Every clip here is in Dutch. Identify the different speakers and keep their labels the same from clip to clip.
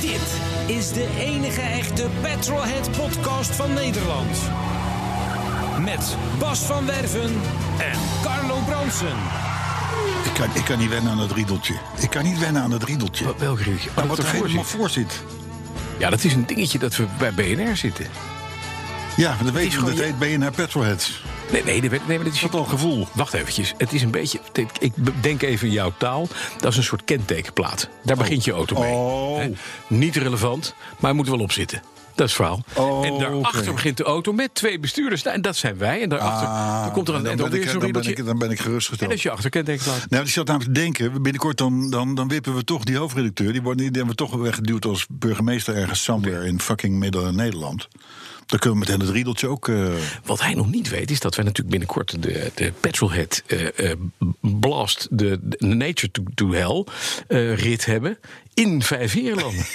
Speaker 1: Dit is de enige echte Petrolhead podcast van Nederland. Met Bas van Werven en Carlo Bronsen.
Speaker 2: Ik kan, ik kan niet wennen aan het riedeltje. Ik kan niet wennen aan het riedeltje.
Speaker 3: Wat, welk ruwtje? Oh,
Speaker 2: Maar
Speaker 3: dat
Speaker 2: wat er
Speaker 3: ervoor
Speaker 2: helemaal
Speaker 3: zit.
Speaker 2: voor zit.
Speaker 3: Ja, dat is een dingetje dat we bij BNR zitten.
Speaker 2: Ja, dat weet
Speaker 3: is
Speaker 2: je,
Speaker 3: gewoon
Speaker 2: dat heet BNR Petrolheads.
Speaker 3: Nee, nee, nee, nee maar dit is
Speaker 2: Wat een gevoel.
Speaker 3: Wacht eventjes, het is een beetje... Ik denk even in jouw taal. Dat is een soort kentekenplaat. Daar begint je auto mee.
Speaker 2: Oh.
Speaker 3: Hè? Niet relevant, maar je moet er wel op zitten. Dat is het verhaal.
Speaker 2: Oh,
Speaker 3: en daarachter
Speaker 2: oké.
Speaker 3: begint de auto met twee bestuurders. Nou, en dat zijn wij. En daarachter
Speaker 2: Ah,
Speaker 3: dan komt er een,
Speaker 2: dan
Speaker 3: en dan
Speaker 2: ben
Speaker 3: weer
Speaker 2: ik-
Speaker 3: zo'n
Speaker 2: dan ben
Speaker 3: riedeltje.
Speaker 2: ik-
Speaker 3: En
Speaker 2: Dan ben ik
Speaker 3: dat is
Speaker 2: gerustgesteld.
Speaker 3: je achter kentekenplaat.
Speaker 2: Nou, ik zat namelijk te denken, binnenkort dan, dan, dan wippen we toch die hoofdredacteur. Die wordt die hebben we toch weggeduwd als burgemeester ergens somewhere in fucking Midden-Nederland. Dan kunnen we met hen het riedeltje ook... eh,
Speaker 3: Wat hij nog niet weet, is dat wij natuurlijk binnenkort de, de Petrolhead eh, eh, Blast, de, de Nature to, to Hell eh, rit hebben in Vijfheerlanden.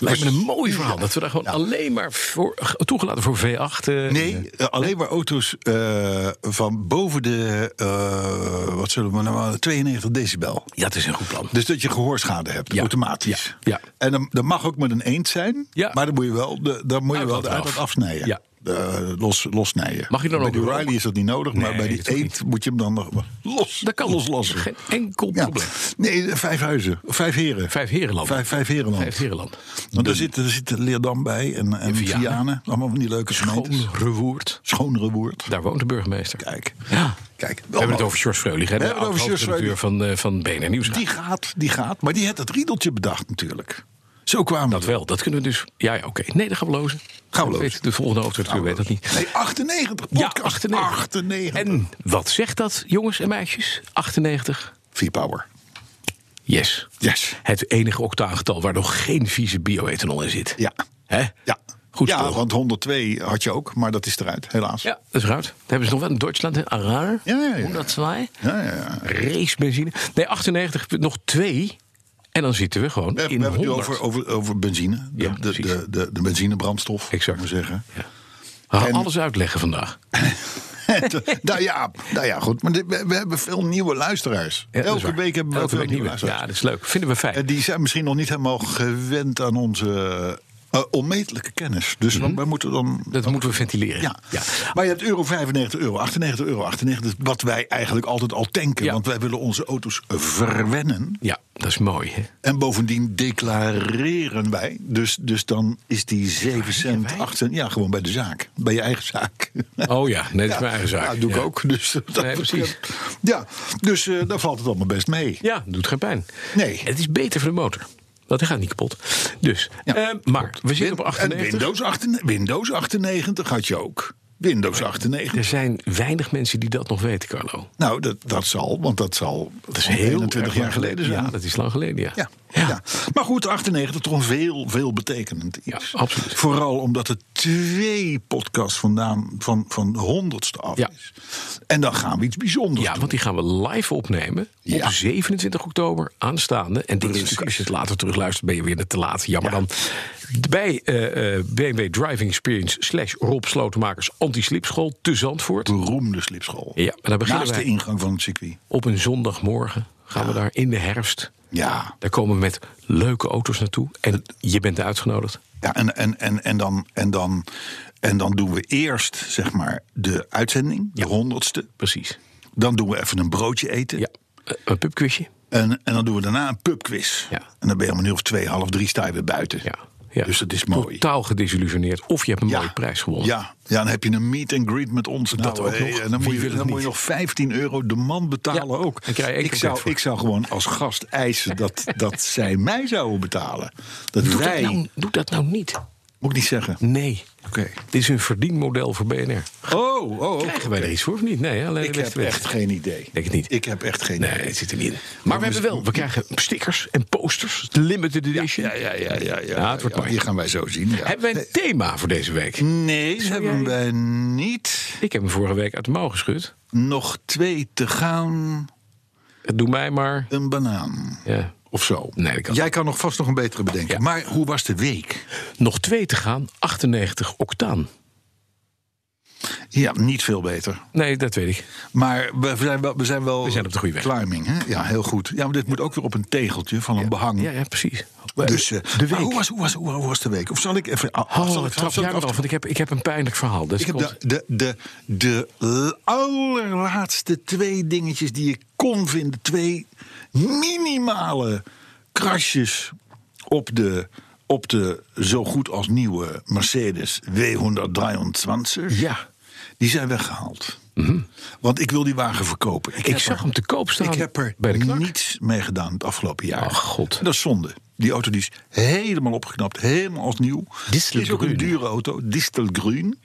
Speaker 3: Lijkt me een mooi verhaal. Dat we daar gewoon alleen maar voor, toegelaten voor V8. eh,
Speaker 2: Nee, eh, alleen maar auto's eh, van boven de, eh, wat zullen we nou, 92 decibel.
Speaker 3: Ja, het is een goed plan.
Speaker 2: Dus dat je gehoorschade hebt,
Speaker 3: Ja.
Speaker 2: automatisch.
Speaker 3: Ja. Ja.
Speaker 2: En dan, dat mag ook met een eend zijn,
Speaker 3: Ja.
Speaker 2: maar dan moet je wel de, dan moet je wel
Speaker 3: Uitlaat
Speaker 2: de
Speaker 3: eraf.
Speaker 2: uitlaat afsnijden.
Speaker 3: Ja.
Speaker 2: Eh, los, lossnijden.
Speaker 3: Mag je dan
Speaker 2: bij
Speaker 3: ook
Speaker 2: Bij de
Speaker 3: roken?
Speaker 2: Riley is dat niet nodig, maar
Speaker 3: Nee,
Speaker 2: bij die
Speaker 3: dat hoeft
Speaker 2: eend moet je hem dan nog los,
Speaker 3: Dat kan
Speaker 2: loslassen.
Speaker 3: Geen enkel
Speaker 2: Ja.
Speaker 3: probleem.
Speaker 2: Nee, vijf huizen. Of Vijf heren.
Speaker 3: Vijf Herenland.
Speaker 2: Vijf, vijf herenland.
Speaker 3: Vijfherenland.
Speaker 2: Want daar zit, daar zit Leerdam bij en, en
Speaker 3: Vianen.
Speaker 2: Vianen. Allemaal van die leuke gemeentes.
Speaker 3: Schoon Rewoerd.
Speaker 2: Schonere woord.
Speaker 3: Daar woont de burgemeester.
Speaker 2: Kijk.
Speaker 3: Ja.
Speaker 2: Kijk. Oh,
Speaker 3: We hebben het over George Freulich, hè,
Speaker 2: We
Speaker 3: de
Speaker 2: hebben het over George
Speaker 3: oud-hoofdredacteur van, eh, van BNR Nieuws.
Speaker 2: Die gaat, die gaat. Maar die had het riedeltje bedacht natuurlijk. Zo kwamen
Speaker 3: Dat
Speaker 2: we.
Speaker 3: wel, dat kunnen we dus. Ja, ja oké. Nee, dat gaan we lozen.
Speaker 2: Gaan we lozen.
Speaker 3: Dat weet De volgende auto weet dat niet.
Speaker 2: Nee, 98.
Speaker 3: Ja,
Speaker 2: Podcast
Speaker 3: 98.
Speaker 2: 98.
Speaker 3: En wat zegt dat, jongens en meisjes? 98.
Speaker 2: V-Power.
Speaker 3: Yes.
Speaker 2: Yes.
Speaker 3: Het enige octaangetal waar nog geen vieze bioethanol in zit.
Speaker 2: Ja.
Speaker 3: Hè?
Speaker 2: Ja.
Speaker 3: Goed
Speaker 2: ja,
Speaker 3: spul.
Speaker 2: want 102 had je ook, maar dat is eruit, helaas.
Speaker 3: Ja, dat is eruit. Dat hebben ze nog wel in Duitsland, hè? Arar.
Speaker 2: Ja, ja, ja.
Speaker 3: 102.
Speaker 2: Ja, ja, ja.
Speaker 3: Racebenzine. Nee, 98, nog twee. En dan zitten we gewoon
Speaker 2: We hebben
Speaker 3: in
Speaker 2: we hebben
Speaker 3: 100.
Speaker 2: het nu over, over, over benzine. De,
Speaker 3: Ja,
Speaker 2: de,
Speaker 3: precies.
Speaker 2: de, de, de benzinebrandstof,
Speaker 3: Exact.
Speaker 2: moet ik maar zeggen.
Speaker 3: Ja. We gaan
Speaker 2: En-
Speaker 3: alles uitleggen vandaag.
Speaker 2: nou, ja, nou ja, goed. Maar dit- we, we hebben veel nieuwe luisteraars.
Speaker 3: Ja, dat is
Speaker 2: Elke
Speaker 3: waar.
Speaker 2: week hebben we
Speaker 3: Elke
Speaker 2: veel
Speaker 3: week
Speaker 2: nieuwe
Speaker 3: nieuwe.
Speaker 2: luisteraars.
Speaker 3: Ja, dat is leuk. Vinden we fijn.
Speaker 2: En die zijn misschien nog niet helemaal gewend aan onze eh, onmetelijke kennis. Dus we wij moeten dan
Speaker 3: Mhm. Dat moeten we ventileren.
Speaker 2: Ja.
Speaker 3: ja.
Speaker 2: maar je hebt euro 95, euro 98, euro 98. Wat wij eigenlijk altijd al tanken.
Speaker 3: Ja.
Speaker 2: Want wij willen onze auto's verwennen.
Speaker 3: Ja, dat is mooi. Hè?
Speaker 2: En bovendien declareren wij. Dus, dus dan is die 7 cent,
Speaker 3: wij?
Speaker 2: 8 cent. Ja, gewoon bij de zaak. Bij je eigen zaak.
Speaker 3: Oh ja, nee, dat is mijn eigen zaak.
Speaker 2: Ja, doe ik
Speaker 3: Ja.
Speaker 2: ook. Dus, dat
Speaker 3: Nee, precies.
Speaker 2: Ja, dus eh, daar valt het allemaal best mee.
Speaker 3: Ja, doet geen pijn.
Speaker 2: Nee.
Speaker 3: Het is beter voor de motor. Want hij gaat niet kapot. Dus,
Speaker 2: Ja,
Speaker 3: eh, maar we zitten op
Speaker 2: En
Speaker 3: 98.
Speaker 2: Windows 98, Windows 98 had je ook. Windows 98.
Speaker 3: Er zijn weinig mensen die dat nog weten, Carlo.
Speaker 2: Nou, dat, dat zal, want dat zal
Speaker 3: Dat is heel
Speaker 2: 21
Speaker 3: erg
Speaker 2: jaar
Speaker 3: lang
Speaker 2: geleden zijn.
Speaker 3: Ja, dat is lang geleden, ja.
Speaker 2: Ja, ja. Maar goed, 98 toch een veel, veel betekenend iets.
Speaker 3: Ja, absoluut.
Speaker 2: Vooral omdat er twee podcasts vandaan van, van de honderdste af
Speaker 3: Ja.
Speaker 2: is. En dan gaan we iets bijzonders
Speaker 3: Ja,
Speaker 2: doen.
Speaker 3: want die gaan we live opnemen
Speaker 2: Ja.
Speaker 3: op 27 oktober aanstaande. En dit is natuurlijk, als je het later terugluistert, ben je weer net te laat. Jammer dan. Bij eh, eh, BMW Driving Experience slash Rob Slotenmakers Anti-Slipschool te Zandvoort.
Speaker 2: Beroemde slipschool.
Speaker 3: Ja, en daar beginnen
Speaker 2: Naast de
Speaker 3: wij.
Speaker 2: ingang van het circuit.
Speaker 3: Op een zondagmorgen gaan we daar in de herfst.
Speaker 2: Ja,
Speaker 3: Daar komen we met leuke auto's naartoe. En je bent uitgenodigd.
Speaker 2: ja en, en, en, en, dan, en, dan, en dan doen we eerst zeg maar, de uitzending, de honderdste.
Speaker 3: Precies.
Speaker 2: Dan doen we even een broodje eten.
Speaker 3: Ja. Eh, Een pubquizje.
Speaker 2: En, en dan doen we daarna een pubquiz.
Speaker 3: Ja.
Speaker 2: En dan ben je om een uur of twee, half drie sta je weer buiten.
Speaker 3: Ja. ja.
Speaker 2: Dus dat is mooi.
Speaker 3: Totaal gedesillusioneerd. Of je hebt een
Speaker 2: Ja.
Speaker 3: mooie prijs gewonnen.
Speaker 2: Ja. ja, dan heb je een meet and greet met ons.
Speaker 3: Dat ook
Speaker 2: hey,
Speaker 3: nog.
Speaker 2: En dan,
Speaker 3: Wie
Speaker 2: moet je,
Speaker 3: wil het
Speaker 2: dan moet je
Speaker 3: niet?
Speaker 2: nog 15 euro de man betalen
Speaker 3: Ja,
Speaker 2: ook.
Speaker 3: dan krijg je één
Speaker 2: ik,
Speaker 3: keer
Speaker 2: zou,
Speaker 3: geld voor.
Speaker 2: ik zou gewoon als gast eisen dat, dat zij mij zouden betalen. Dat
Speaker 3: Doe,
Speaker 2: wij...
Speaker 3: dat nou, doe dat nou niet.
Speaker 2: Moet ik niet zeggen.
Speaker 3: Nee.
Speaker 2: Oké.
Speaker 3: Dit is een verdienmodel voor BNR.
Speaker 2: Oh, oh, oh.
Speaker 3: Krijgen wij er iets voor of niet? Nee, alleen
Speaker 2: Ik
Speaker 3: de
Speaker 2: heb
Speaker 3: beste
Speaker 2: echt
Speaker 3: mensen.
Speaker 2: geen idee.
Speaker 3: Denk het niet.
Speaker 2: Ik heb echt geen
Speaker 3: Nee,
Speaker 2: idee.
Speaker 3: het zit er niet in. Maar we hebben wel, we krijgen stickers en posters. Limited edition.
Speaker 2: Ja, ja, ja, ja. ja,
Speaker 3: Ja, Nou, het wordt
Speaker 2: ja,
Speaker 3: mooi.
Speaker 2: Hier gaan wij zo zien. Ja.
Speaker 3: Hebben wij een thema voor deze week?
Speaker 2: Nee, hebben wij niet.
Speaker 3: Ik heb hem vorige week uit de mouw geschud.
Speaker 2: Nog twee te gaan.
Speaker 3: Doe mij maar.
Speaker 2: Een banaan.
Speaker 3: Ja.
Speaker 2: Of zo.
Speaker 3: Nee, dat kan
Speaker 2: Jij kan nog vast nog een betere bedenken.
Speaker 3: Ja.
Speaker 2: Maar hoe was de week?
Speaker 3: Nog twee te gaan, 98 octaan.
Speaker 2: Ja, niet veel beter.
Speaker 3: Nee, dat weet ik.
Speaker 2: Maar we zijn wel, we zijn wel
Speaker 3: We zijn op de goede weg.
Speaker 2: climbing. Hè? Ja, heel goed. Ja, maar dit moet ook weer op een tegeltje van een behang.
Speaker 3: Ja, ja precies.
Speaker 2: Dus, eh,
Speaker 3: de
Speaker 2: maar
Speaker 3: week.
Speaker 2: hoe, was, hoe, was, hoe, hoe was de week? Of zal ik even... af-
Speaker 3: Oh,
Speaker 2: zal ik,
Speaker 3: trap
Speaker 2: zal ik
Speaker 3: jij maar
Speaker 2: af-
Speaker 3: af, want ik heb, ik heb een pijnlijk verhaal. Dus
Speaker 2: Ik heb
Speaker 3: komt-
Speaker 2: de, de, de, de l- allerlaatste twee dingetjes die ik kon vinden. Twee minimale krasjes op de, op de zo goed als nieuwe Mercedes W123.
Speaker 3: Ja.
Speaker 2: Die zijn weggehaald. Want ik wil die wagen verkopen. Ik, heb
Speaker 3: Mhm. zag
Speaker 2: er-
Speaker 3: hem te koop staan
Speaker 2: Ik heb er
Speaker 3: bij de knak.
Speaker 2: niets mee gedaan het afgelopen jaar.
Speaker 3: Ach, Oh, god.
Speaker 2: Dat is zonde. Die auto die is helemaal opgeknapt. Helemaal als nieuw. Het is ook een
Speaker 3: Distelgroen.
Speaker 2: dure auto. Distelgroen.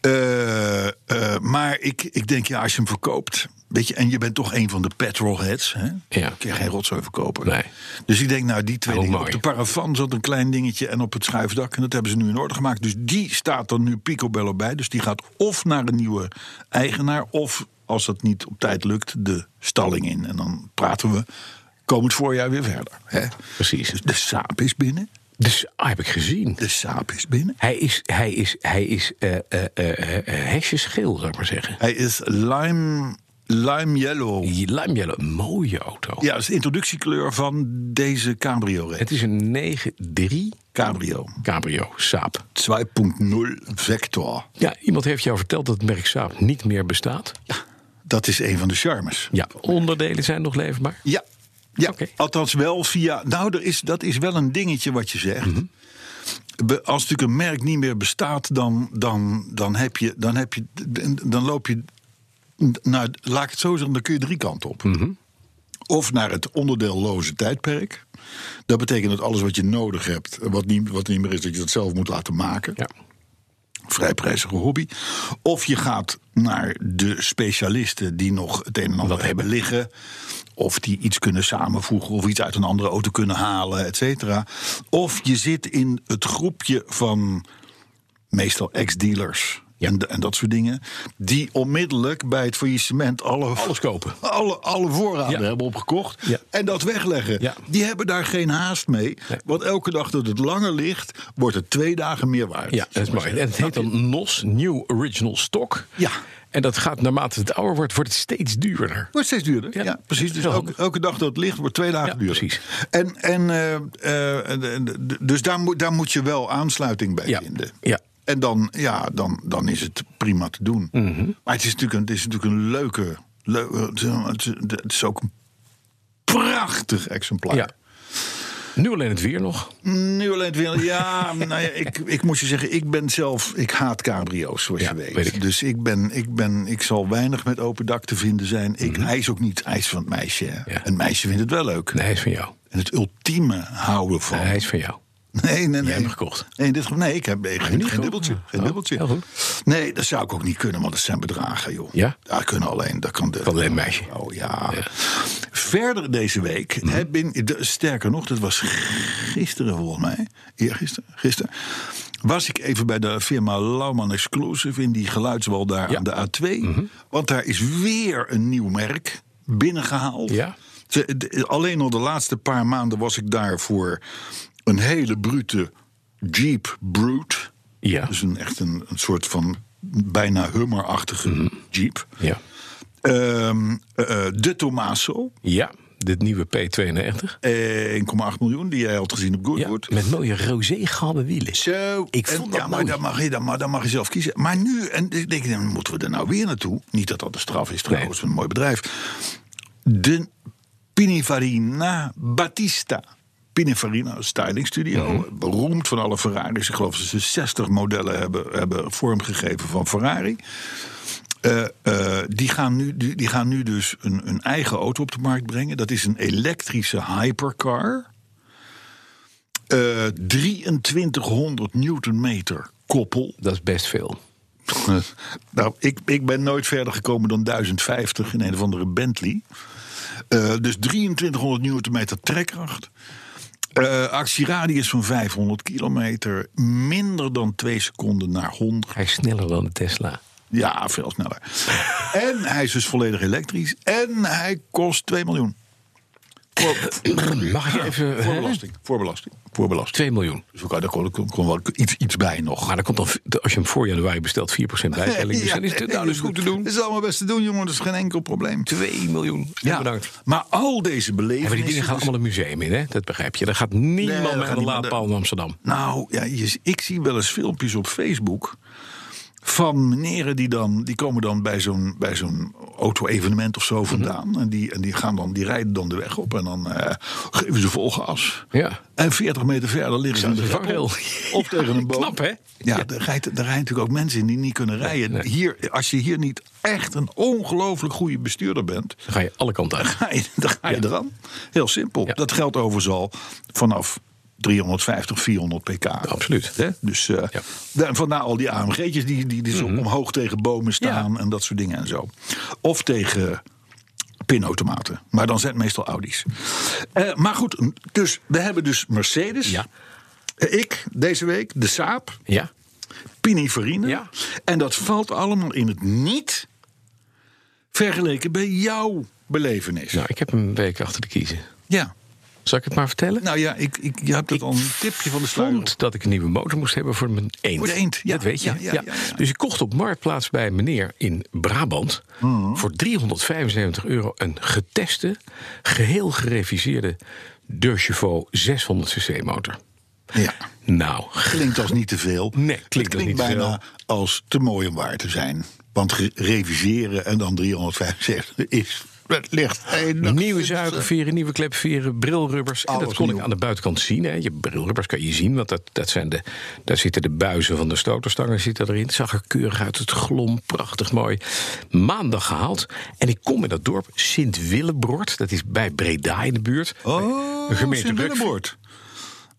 Speaker 2: Eh, eh, maar ik, ik denk, ja, als je hem verkoopt. Weet je, en je bent toch een van de petrolheads. Hè?
Speaker 3: Ja.
Speaker 2: Kun je geen rotzooi verkopen.
Speaker 3: Nee.
Speaker 2: Dus ik denk, nou, die twee
Speaker 3: Heel
Speaker 2: dingen.
Speaker 3: mooi.
Speaker 2: Op de paravan zat een klein dingetje en op het schuifdak. En dat hebben ze nu in orde gemaakt. Dus die staat dan nu picobello bij. Dus die gaat of naar een nieuwe eigenaar. Of als dat niet op tijd lukt, de stalling in. En dan praten we komend voorjaar weer verder. Hè?
Speaker 3: Precies.
Speaker 2: Dus de saap is binnen.
Speaker 3: Dus ah, heb ik gezien.
Speaker 2: De saap is binnen.
Speaker 3: Hij is, hij is, hij is eh eh eh, eh, eh, hesjesgeel, zou ik maar zeggen.
Speaker 2: Hij is lime, lime yellow.
Speaker 3: Die Limejelle, een mooie auto.
Speaker 2: Ja, dat is de introductiekleur van deze cabrio.
Speaker 3: Het is een 9-3
Speaker 2: Cabrio.
Speaker 3: cabrio, Saab.
Speaker 2: 2.0 Vector.
Speaker 3: Ja, iemand heeft jou verteld dat het merk Saab niet meer bestaat.
Speaker 2: Dat is een van de charmes.
Speaker 3: Ja, onderdelen zijn nog leverbaar.
Speaker 2: Ja. ja.
Speaker 3: Oké.
Speaker 2: Althans wel via... Nou, er is, dat is wel een dingetje wat je zegt. Be- Als natuurlijk een merk niet meer bestaat, dan, dan, dan, heb je, dan, heb je, dan- dan loop je... Nou, laat ik het zo zeggen, dan kun je drie kanten op. Of naar het onderdeelloze tijdperk. Dat betekent dat alles wat je nodig hebt, wat niet, wat niet meer is, dat je dat zelf moet laten maken.
Speaker 3: Ja.
Speaker 2: vrijprijzige hobby. Of je gaat naar de specialisten die nog het een en ander hebben liggen. Of die iets kunnen samenvoegen of iets uit een andere auto kunnen halen, et cetera. Of je zit in het groepje van meestal ex-dealers. En, de- en dat soort dingen. Die onmiddellijk bij het faillissement alle,
Speaker 3: Alles kopen.
Speaker 2: Alle, alle voorraden
Speaker 3: Ja.
Speaker 2: hebben opgekocht.
Speaker 3: Ja.
Speaker 2: En dat wegleggen.
Speaker 3: Ja.
Speaker 2: Die hebben daar geen haast mee.
Speaker 3: Nee.
Speaker 2: Want elke dag dat het langer ligt, wordt het twee dagen meer waard.
Speaker 3: Ja, dat is mooi. En het heet dan NOS, New Original Stock.
Speaker 2: Ja.
Speaker 3: En dat gaat naarmate het ouder wordt, wordt het steeds duurder.
Speaker 2: Wordt steeds duurder.
Speaker 3: Ja.
Speaker 2: Ja, precies. Dus
Speaker 3: Heel
Speaker 2: elke,
Speaker 3: handig.
Speaker 2: elke dag dat het licht wordt twee dagen
Speaker 3: Ja,
Speaker 2: duurder.
Speaker 3: precies.
Speaker 2: En, en, eh, eh, en- en- dus daar moet, daar moet je wel aansluiting bij
Speaker 3: Ja,
Speaker 2: vinden.
Speaker 3: ja.
Speaker 2: En dan, ja, dan, dan is het prima te doen.
Speaker 3: Mhm.
Speaker 2: Maar het is natuurlijk een, het is natuurlijk een leuke. leuke het, is- het is- het is ook een prachtig exemplaar.
Speaker 3: Ja. Nu alleen het weer nog.
Speaker 2: Nu alleen het weer. Ja, nou ja, ik, ik moet je zeggen, ik ben zelf. Ik haat cabrio's, zoals
Speaker 3: Ja,
Speaker 2: je weet.
Speaker 3: weet ik.
Speaker 2: Dus ik, ben, ik, ben, ik zal weinig met open dak te vinden zijn. Ik, Hij is ook niet hij is van het meisje. hè.
Speaker 3: Mhm. Ja.
Speaker 2: Een meisje vindt het wel leuk.
Speaker 3: Nee, hij is van jou.
Speaker 2: En het ultieme houden van.
Speaker 3: Nee, hij is van jou.
Speaker 2: Nee, nee, nee.
Speaker 3: hebt hem gekocht.
Speaker 2: Nee, in dit, geval- nee ik heb ik, geen, geen
Speaker 3: gekocht?
Speaker 2: dubbeltje. Geen
Speaker 3: Oh,
Speaker 2: dubbeltje.
Speaker 3: heel goed.
Speaker 2: Nee, dat zou ik ook niet kunnen, want dat zijn bedragen, joh.
Speaker 3: Ja?
Speaker 2: Daar kunnen alleen, daar kan de...
Speaker 3: Kan alleen een meisje.
Speaker 2: Oh ja. Verder deze week
Speaker 3: Mhm.
Speaker 2: heb ik, de- sterker nog, dat was gisteren volgens mij, eergisteren, gisteren, was ik even bij de firma Lauman Exclusive in die geluidswal daar
Speaker 3: Ja. Mhm.
Speaker 2: aan de A2. Want daar is weer een nieuw merk binnengehaald.
Speaker 3: Ja.
Speaker 2: Ze- de- alleen al de laatste paar maanden was ik daar voor een hele brute Jeep Brute.
Speaker 3: Ja.
Speaker 2: Dus een, echt een, een soort van bijna hummerachtige
Speaker 3: Mhm.
Speaker 2: Jeep.
Speaker 3: Ja.
Speaker 2: Ehm, eh, eh, de Tomaso,
Speaker 3: Ja, dit nieuwe P92.
Speaker 2: eh, 1,8 miljoen, die jij had gezien op
Speaker 3: Ja,
Speaker 2: Goodwood.
Speaker 3: met mooie roze-gouden wielen.
Speaker 2: Zo,
Speaker 3: Ik
Speaker 2: en-
Speaker 3: vond dat
Speaker 2: ja, maar
Speaker 3: mooi.
Speaker 2: dan mag, je, dan, maar dan mag je zelf kiezen. Maar nu, en ik denk, dan moeten we er nou weer naartoe? Niet dat dat een straf is, trouwens, een mooi bedrijf. De Pininfarina Battista. Pininfarina, een stylingstudio,
Speaker 3: Mhm.
Speaker 2: beroemd van alle Ferraris. Ik geloof dat ze 60 modellen hebben, hebben vormgegeven van Ferrari. Eh, eh, die, gaan nu, die, die gaan nu dus een, een eigen auto op de markt brengen. Dat is een elektrische hypercar. Eh, eh 2300 newtonmeter koppel.
Speaker 3: Dat is best veel.
Speaker 2: nou, ik, ik ben nooit verder gekomen dan 1050 in een of andere Bentley. Eh, dus 2300 newtonmeter trekkracht. Eh, actieradius van 500 kilometer. Minder dan 2 seconden naar 100.
Speaker 3: Hij is sneller dan de Tesla.
Speaker 2: Ja, veel sneller. en hij is dus volledig elektrisch. En hij kost 2 miljoen. Voor,
Speaker 3: Mag ik even...
Speaker 2: voor
Speaker 3: hè?
Speaker 2: belasting. Voor belasting. Voor belasting.
Speaker 3: 2 miljoen.
Speaker 2: Dus we kan- daar kon, kon, kon wel iets, iets bij nog.
Speaker 3: Maar dan komt dan, als je hem voor januari bestelt, 4% bijtelling. Dus
Speaker 2: Ja,
Speaker 3: dan is het nou,
Speaker 2: nee,
Speaker 3: dat is goed te doen.
Speaker 2: Dat is allemaal best te doen, jongen. Dat is geen enkel probleem.
Speaker 3: 2 miljoen. Ja, bedankt.
Speaker 2: Maar al deze
Speaker 3: Ja,
Speaker 2: belevenissen...
Speaker 3: maar die dingen gaan
Speaker 2: dus-
Speaker 3: allemaal een museum in, hè? Dat begrijp je. Daar gaat niemand
Speaker 2: Nee, daar
Speaker 3: met
Speaker 2: gaat
Speaker 3: een
Speaker 2: niemand-
Speaker 3: laadpaal in Amsterdam.
Speaker 2: Nou, ja, je- ik zie wel eens filmpjes op Facebook... van meneren die dan... die komen dan bij zo'n, bij zo'n auto-evenement of
Speaker 3: Mhm.
Speaker 2: zo vandaan. en, die, en die, gaan dan, die rijden dan de weg op en dan eh, geven ze vol gas.
Speaker 3: Ja.
Speaker 2: En 40 meter verder liggen ze in de
Speaker 3: de
Speaker 2: grappel.
Speaker 3: vangrail.
Speaker 2: dus Of tegen een boom.
Speaker 3: Knap, hè?
Speaker 2: Ja, daar rijden, daar rijden natuurlijk ook mensen in die niet kunnen rijden.
Speaker 3: Nee.
Speaker 2: Hier, als je hier niet echt een ongelooflijk goede bestuurder bent...
Speaker 3: Dan ga je alle kanten uit.
Speaker 2: ga je, dan ga je
Speaker 3: Ja.
Speaker 2: eraan. Heel simpel.
Speaker 3: Ja.
Speaker 2: Dat geldt overigens al vanaf 350, 400 pk.
Speaker 3: Absoluut.
Speaker 2: Hè? Dus eh
Speaker 3: Ja. Mhm.
Speaker 2: daar- vandaar al die AMG'tjes die, die, die zo omhoog tegen bomen staan en dat soort dingen en zo. Of tegen pinautomaten. Maar dan zijn het meestal Audi's. Eh, maar goed, dus we hebben dus Mercedes.
Speaker 3: Ja.
Speaker 2: Eh, Ik deze week, de Saab,
Speaker 3: Ja.
Speaker 2: Pininfarina.
Speaker 3: Ja.
Speaker 2: En dat valt allemaal in het niet vergeleken bij jouw belevenis.
Speaker 3: Nou, ik heb een week achter de kiezen.
Speaker 2: Ja.
Speaker 3: Zal ik het maar vertellen?
Speaker 2: Nou ja, ik, ik, je hebt het al een tipje van de sluier.
Speaker 3: vond dat ik een nieuwe motor moest hebben voor mijn eend.
Speaker 2: Voor de eend, ja,
Speaker 3: Dat weet je.
Speaker 2: ja, ja, ja, ja.
Speaker 3: Dus ik kocht op Marktplaats bij een meneer in Brabant...
Speaker 2: Mhm.
Speaker 3: voor 375 euro een geteste, geheel gereviseerde... De Chevaux 600cc motor.
Speaker 2: Ja.
Speaker 3: Nou,
Speaker 2: Klinkt als niet te veel.
Speaker 3: Nee,
Speaker 2: Het
Speaker 3: klinkt als niet eh, te
Speaker 2: bijna als te mooi om waar te zijn. Want ge- reviseren en dan 375 is. Het ligt één
Speaker 3: Nieuwe
Speaker 2: eh,
Speaker 3: zuigerveren, nieuwe klepveren, brilrubbers. En dat
Speaker 2: Alles
Speaker 3: kon ik
Speaker 2: nieuw.
Speaker 3: aan de buitenkant zien. Hè. Je brilrubbers kan je zien, want dat, dat zijn de, daar zitten de buizen van de stoterstangen zitten erin. Het zag er keurig uit, het glom, prachtig mooi. Maandag gehaald. En ik kom in dat dorp Sint-Willebrord. Dat is bij Breda in de buurt.
Speaker 2: Oh,
Speaker 3: Een gemeente
Speaker 2: Sint-Willeboord.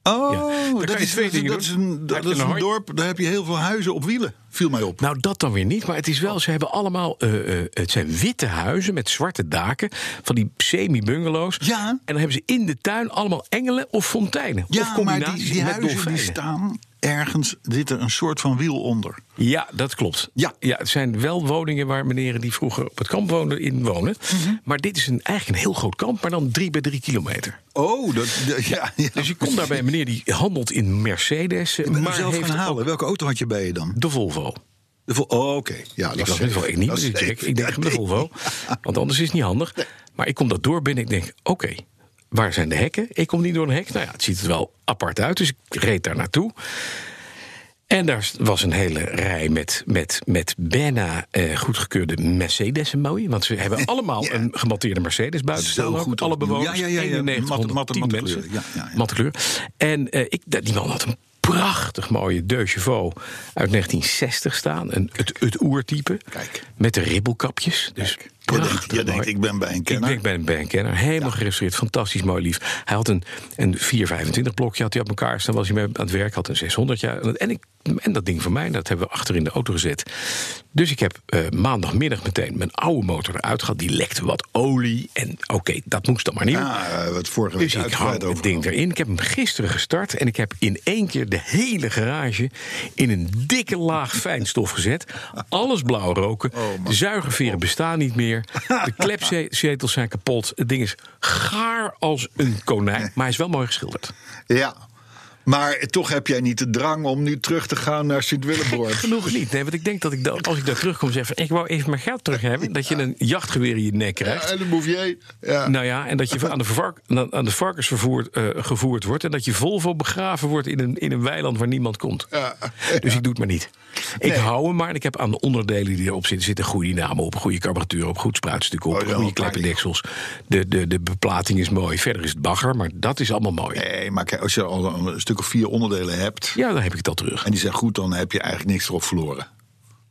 Speaker 2: Oh,
Speaker 3: Ja. Dan kan
Speaker 2: dat,
Speaker 3: je
Speaker 2: is,
Speaker 3: twee
Speaker 2: dat, is-
Speaker 3: dingen
Speaker 2: dat
Speaker 3: doen.
Speaker 2: is een,
Speaker 3: Heb
Speaker 2: dat
Speaker 3: je
Speaker 2: is
Speaker 3: een
Speaker 2: een
Speaker 3: hoi?
Speaker 2: dorp, daar heb je heel veel huizen op wielen. Viel mij op.
Speaker 3: Nou, dat dan weer niet. Maar het is wel, ze hebben allemaal. eh, eh, het zijn witte huizen met zwarte daken. Van die semi-bungalows.
Speaker 2: Ja.
Speaker 3: En dan hebben ze in de tuin allemaal engelen of fonteinen.
Speaker 2: ja,
Speaker 3: of
Speaker 2: maar
Speaker 3: combinaties
Speaker 2: die, die
Speaker 3: met
Speaker 2: huizen die
Speaker 3: dolfijnen.
Speaker 2: staan ergens, zit er een soort van wiel onder.
Speaker 3: Ja, dat klopt.
Speaker 2: Ja.
Speaker 3: ja, het zijn wel woningen waar meneren die vroeger op het kamp woonden in wonen.
Speaker 2: Mhm.
Speaker 3: Maar dit is een, eigenlijk een heel groot kamp, maar dan drie bij drie kilometer.
Speaker 2: Oh, dat, dat- ja, ja.
Speaker 3: Dus je komt daarbij een meneer die handelt in Mercedes,
Speaker 2: Ik ben hem
Speaker 3: maar
Speaker 2: zelf
Speaker 3: heeft
Speaker 2: gaan halen.
Speaker 3: ook
Speaker 2: Welke auto had je bij je dan?
Speaker 3: de Volvo.
Speaker 2: De vol- oh, oké. Ja,
Speaker 3: ik was
Speaker 2: safe.
Speaker 3: net wel ik
Speaker 2: Dat
Speaker 3: niet, maar
Speaker 2: is
Speaker 3: ik denk,
Speaker 2: safe.
Speaker 3: ik denk
Speaker 2: Ja,
Speaker 3: de
Speaker 2: nee.
Speaker 3: Volvo. Want anders is het niet handig. Maar ik kom dat door binnen, ik denk, oké, waar zijn de hekken? Ik kom niet door een hek. Nou ja, het ziet er wel apart uit, dus ik reed daar naartoe. En daar was een hele rij met, met, met bijna eh, goedgekeurde Mercedes en mooi. Want ze hebben allemaal
Speaker 2: Ja.
Speaker 3: een gemonteerde Mercedes buiten.
Speaker 2: Zo
Speaker 3: staan ook,
Speaker 2: goed
Speaker 3: Alle
Speaker 2: opnieuw.
Speaker 3: bewoners.
Speaker 2: Ja, ja, ja, ja.
Speaker 3: 91,
Speaker 2: Matte- matte-
Speaker 3: 110
Speaker 2: matte
Speaker 3: mensen.
Speaker 2: kleur. Ja, ja, ja.
Speaker 3: Matte kleur. En eh, ik, dat- die man had een prachtig mooie De Chevaux uit 1960 staan. Een, het, het oertype.
Speaker 2: Kijk.
Speaker 3: Met de ribbelkapjes. Dus
Speaker 2: Je
Speaker 3: prachtig
Speaker 2: denkt, je
Speaker 3: mooi.
Speaker 2: denkt, ik ben bij een kenner.
Speaker 3: Ik denk bij een bandcanner. Helemaal gerestaureerd. Fantastisch mooi lief. Hij had een, een 425 blokje had hij op elkaar staan. Was hij mee aan het werk. Had een 600 jaar. En, ik, en dat ding van mij. Dat hebben we achter in de auto gezet. Dus ik heb eh, maandagmiddag meteen mijn oude motor eruit gehad. Die lekte wat olie. En oké, dat moest dan maar niet.
Speaker 2: Ja, eh, wat vorige week
Speaker 3: Dus ik
Speaker 2: uitgebreid
Speaker 3: hang het
Speaker 2: over
Speaker 3: ding
Speaker 2: gehad.
Speaker 3: erin. Ik heb hem gisteren gestart. En ik heb in één keer de hele garage in een dikke laag fijnstof gezet. Alles blauw roken. de zuigerveren bestaan niet meer. De klepzetels zijn kapot. Het ding is gaar als een konijn. Maar hij is wel mooi geschilderd.
Speaker 2: Ja. Maar toch heb jij niet de drang om nu terug te gaan naar
Speaker 3: Gek
Speaker 2: Sint-Willeboord.
Speaker 3: genoeg niet. Nee, want ik denk dat ik dat, als ik daar terugkom zeg van... ik wou even mijn geld terug hebben. Dat je een jachtgeweer in je nek
Speaker 2: Ja,
Speaker 3: krijgt.
Speaker 2: en de Bouvier. Ja.
Speaker 3: Nou ja, en dat je aan de, vark, aan de varkens vervoerd, eh, gevoerd wordt. En dat je Volvo begraven wordt in een, in een weiland waar niemand komt.
Speaker 2: Ja.
Speaker 3: Dus ik doe het maar niet. Ik hou hem maar. En ik heb aan de onderdelen die erop zitten, zitten goede namen op. Goede carburateur op, goed spruitstukken op,
Speaker 2: Oh ja,
Speaker 3: goede
Speaker 2: maar-
Speaker 3: kleppendeksels. De, de, de beplating is mooi. Verder is het bagger, maar dat is allemaal mooi.
Speaker 2: Nee, maar kijk, als je al een stuk of vier onderdelen hebt...
Speaker 3: Ja, dan heb ik het al terug.
Speaker 2: en die zijn goed, dan heb je eigenlijk niks erop verloren.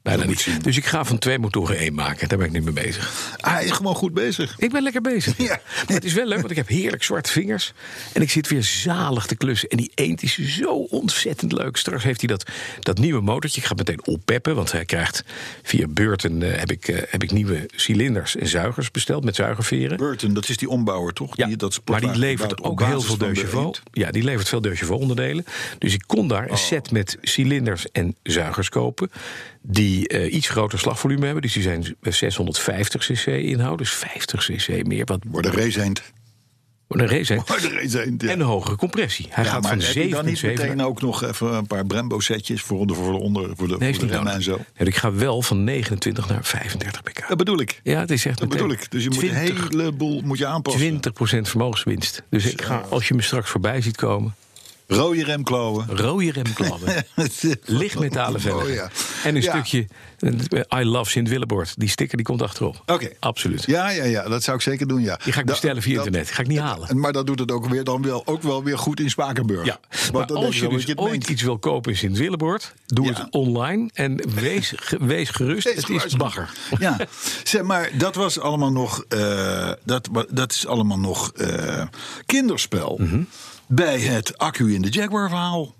Speaker 3: Bijna
Speaker 2: Dat moet je
Speaker 3: niet.
Speaker 2: zien.
Speaker 3: Dus ik ga van twee motoren één maken. Daar ben ik nu mee bezig.
Speaker 2: Hij is Ah, gewoon goed bezig.
Speaker 3: Ik ben lekker bezig.
Speaker 2: Ja.
Speaker 3: Maar het is wel leuk, want ik heb heerlijk zwarte vingers. En ik zit weer zalig te klussen. En die eend is zo ontzettend leuk. Straks heeft hij dat, dat nieuwe motortje. Ik ga het meteen oppeppen, want hij krijgt via Burton... eh, heb, ik, eh, heb ik nieuwe cilinders en zuigers besteld met zuigerveren.
Speaker 2: Burton, dat is die ombouwer toch?
Speaker 3: Ja,
Speaker 2: die, dat
Speaker 3: maar
Speaker 2: sportwagen
Speaker 3: die levert
Speaker 2: bouwt op
Speaker 3: ook
Speaker 2: basis
Speaker 3: heel veel
Speaker 2: van de
Speaker 3: Deugevo.
Speaker 2: eend. Oh.
Speaker 3: Ja, die levert veel Deugevo onderdelen. Dus ik kon daar een set met cilinders en zuigers kopen. Die eh, iets groter slagvolume hebben. Dus die zijn 650 cc inhoud. Dus 50 cc meer. Wat
Speaker 2: Wordt een race eend.
Speaker 3: voor een race. hè?
Speaker 2: Wordt een race eend, ja.
Speaker 3: En een hogere compressie. Hij
Speaker 2: Ja,
Speaker 3: gaat
Speaker 2: maar
Speaker 3: van
Speaker 2: heb je dan niet
Speaker 3: 7,7
Speaker 2: meteen
Speaker 3: naar...
Speaker 2: ook nog even een paar Brembo-setjes voor de, voor de onder, voor de,
Speaker 3: Nee, is
Speaker 2: voor
Speaker 3: niet
Speaker 2: de remmen
Speaker 3: nodig.
Speaker 2: en zo?
Speaker 3: Nee, ik ga wel van 29 naar 35 pk.
Speaker 2: Dat bedoel ik.
Speaker 3: Ja, het is echt
Speaker 2: Dat
Speaker 3: meteen
Speaker 2: bedoel ik. Dus je moet een
Speaker 3: 20
Speaker 2: heleboel moet je aanpassen.
Speaker 3: 20% vermogenswinst. Dus ik ga, als je me straks voorbij ziet komen,
Speaker 2: Rode remklauwen.
Speaker 3: rode remklammen. Lichtmetalen verder.
Speaker 2: Oh, ja.
Speaker 3: En een
Speaker 2: Ja.
Speaker 3: stukje eh, I Love Sint-Willebord. Die sticker die komt achterop.
Speaker 2: Oké.
Speaker 3: Absoluut.
Speaker 2: Ja, ja, ja, dat zou ik zeker doen, ja.
Speaker 3: Die ga ik
Speaker 2: Da-
Speaker 3: bestellen via
Speaker 2: dat-
Speaker 3: internet. Ga ik niet halen.
Speaker 2: En- Maar dat doet het ook weer, dan wel, ook wel weer goed in Spakenburg.
Speaker 3: Ja,
Speaker 2: Want
Speaker 3: maar
Speaker 2: dan
Speaker 3: als je
Speaker 2: denk
Speaker 3: dus
Speaker 2: wel dat
Speaker 3: ooit
Speaker 2: het meent.
Speaker 3: iets wil kopen in Sint-Willebord... doe
Speaker 2: Ja.
Speaker 3: het online en wees, ge- wees gerust,
Speaker 2: Steeds
Speaker 3: het is
Speaker 2: geluisterd.
Speaker 3: bagger.
Speaker 2: Ja, zeg maar, dat was allemaal nog, eh, dat, wa- dat is allemaal nog eh, kinderspel.
Speaker 3: Mhm.
Speaker 2: Bij het accu in de Jaguar verhaal.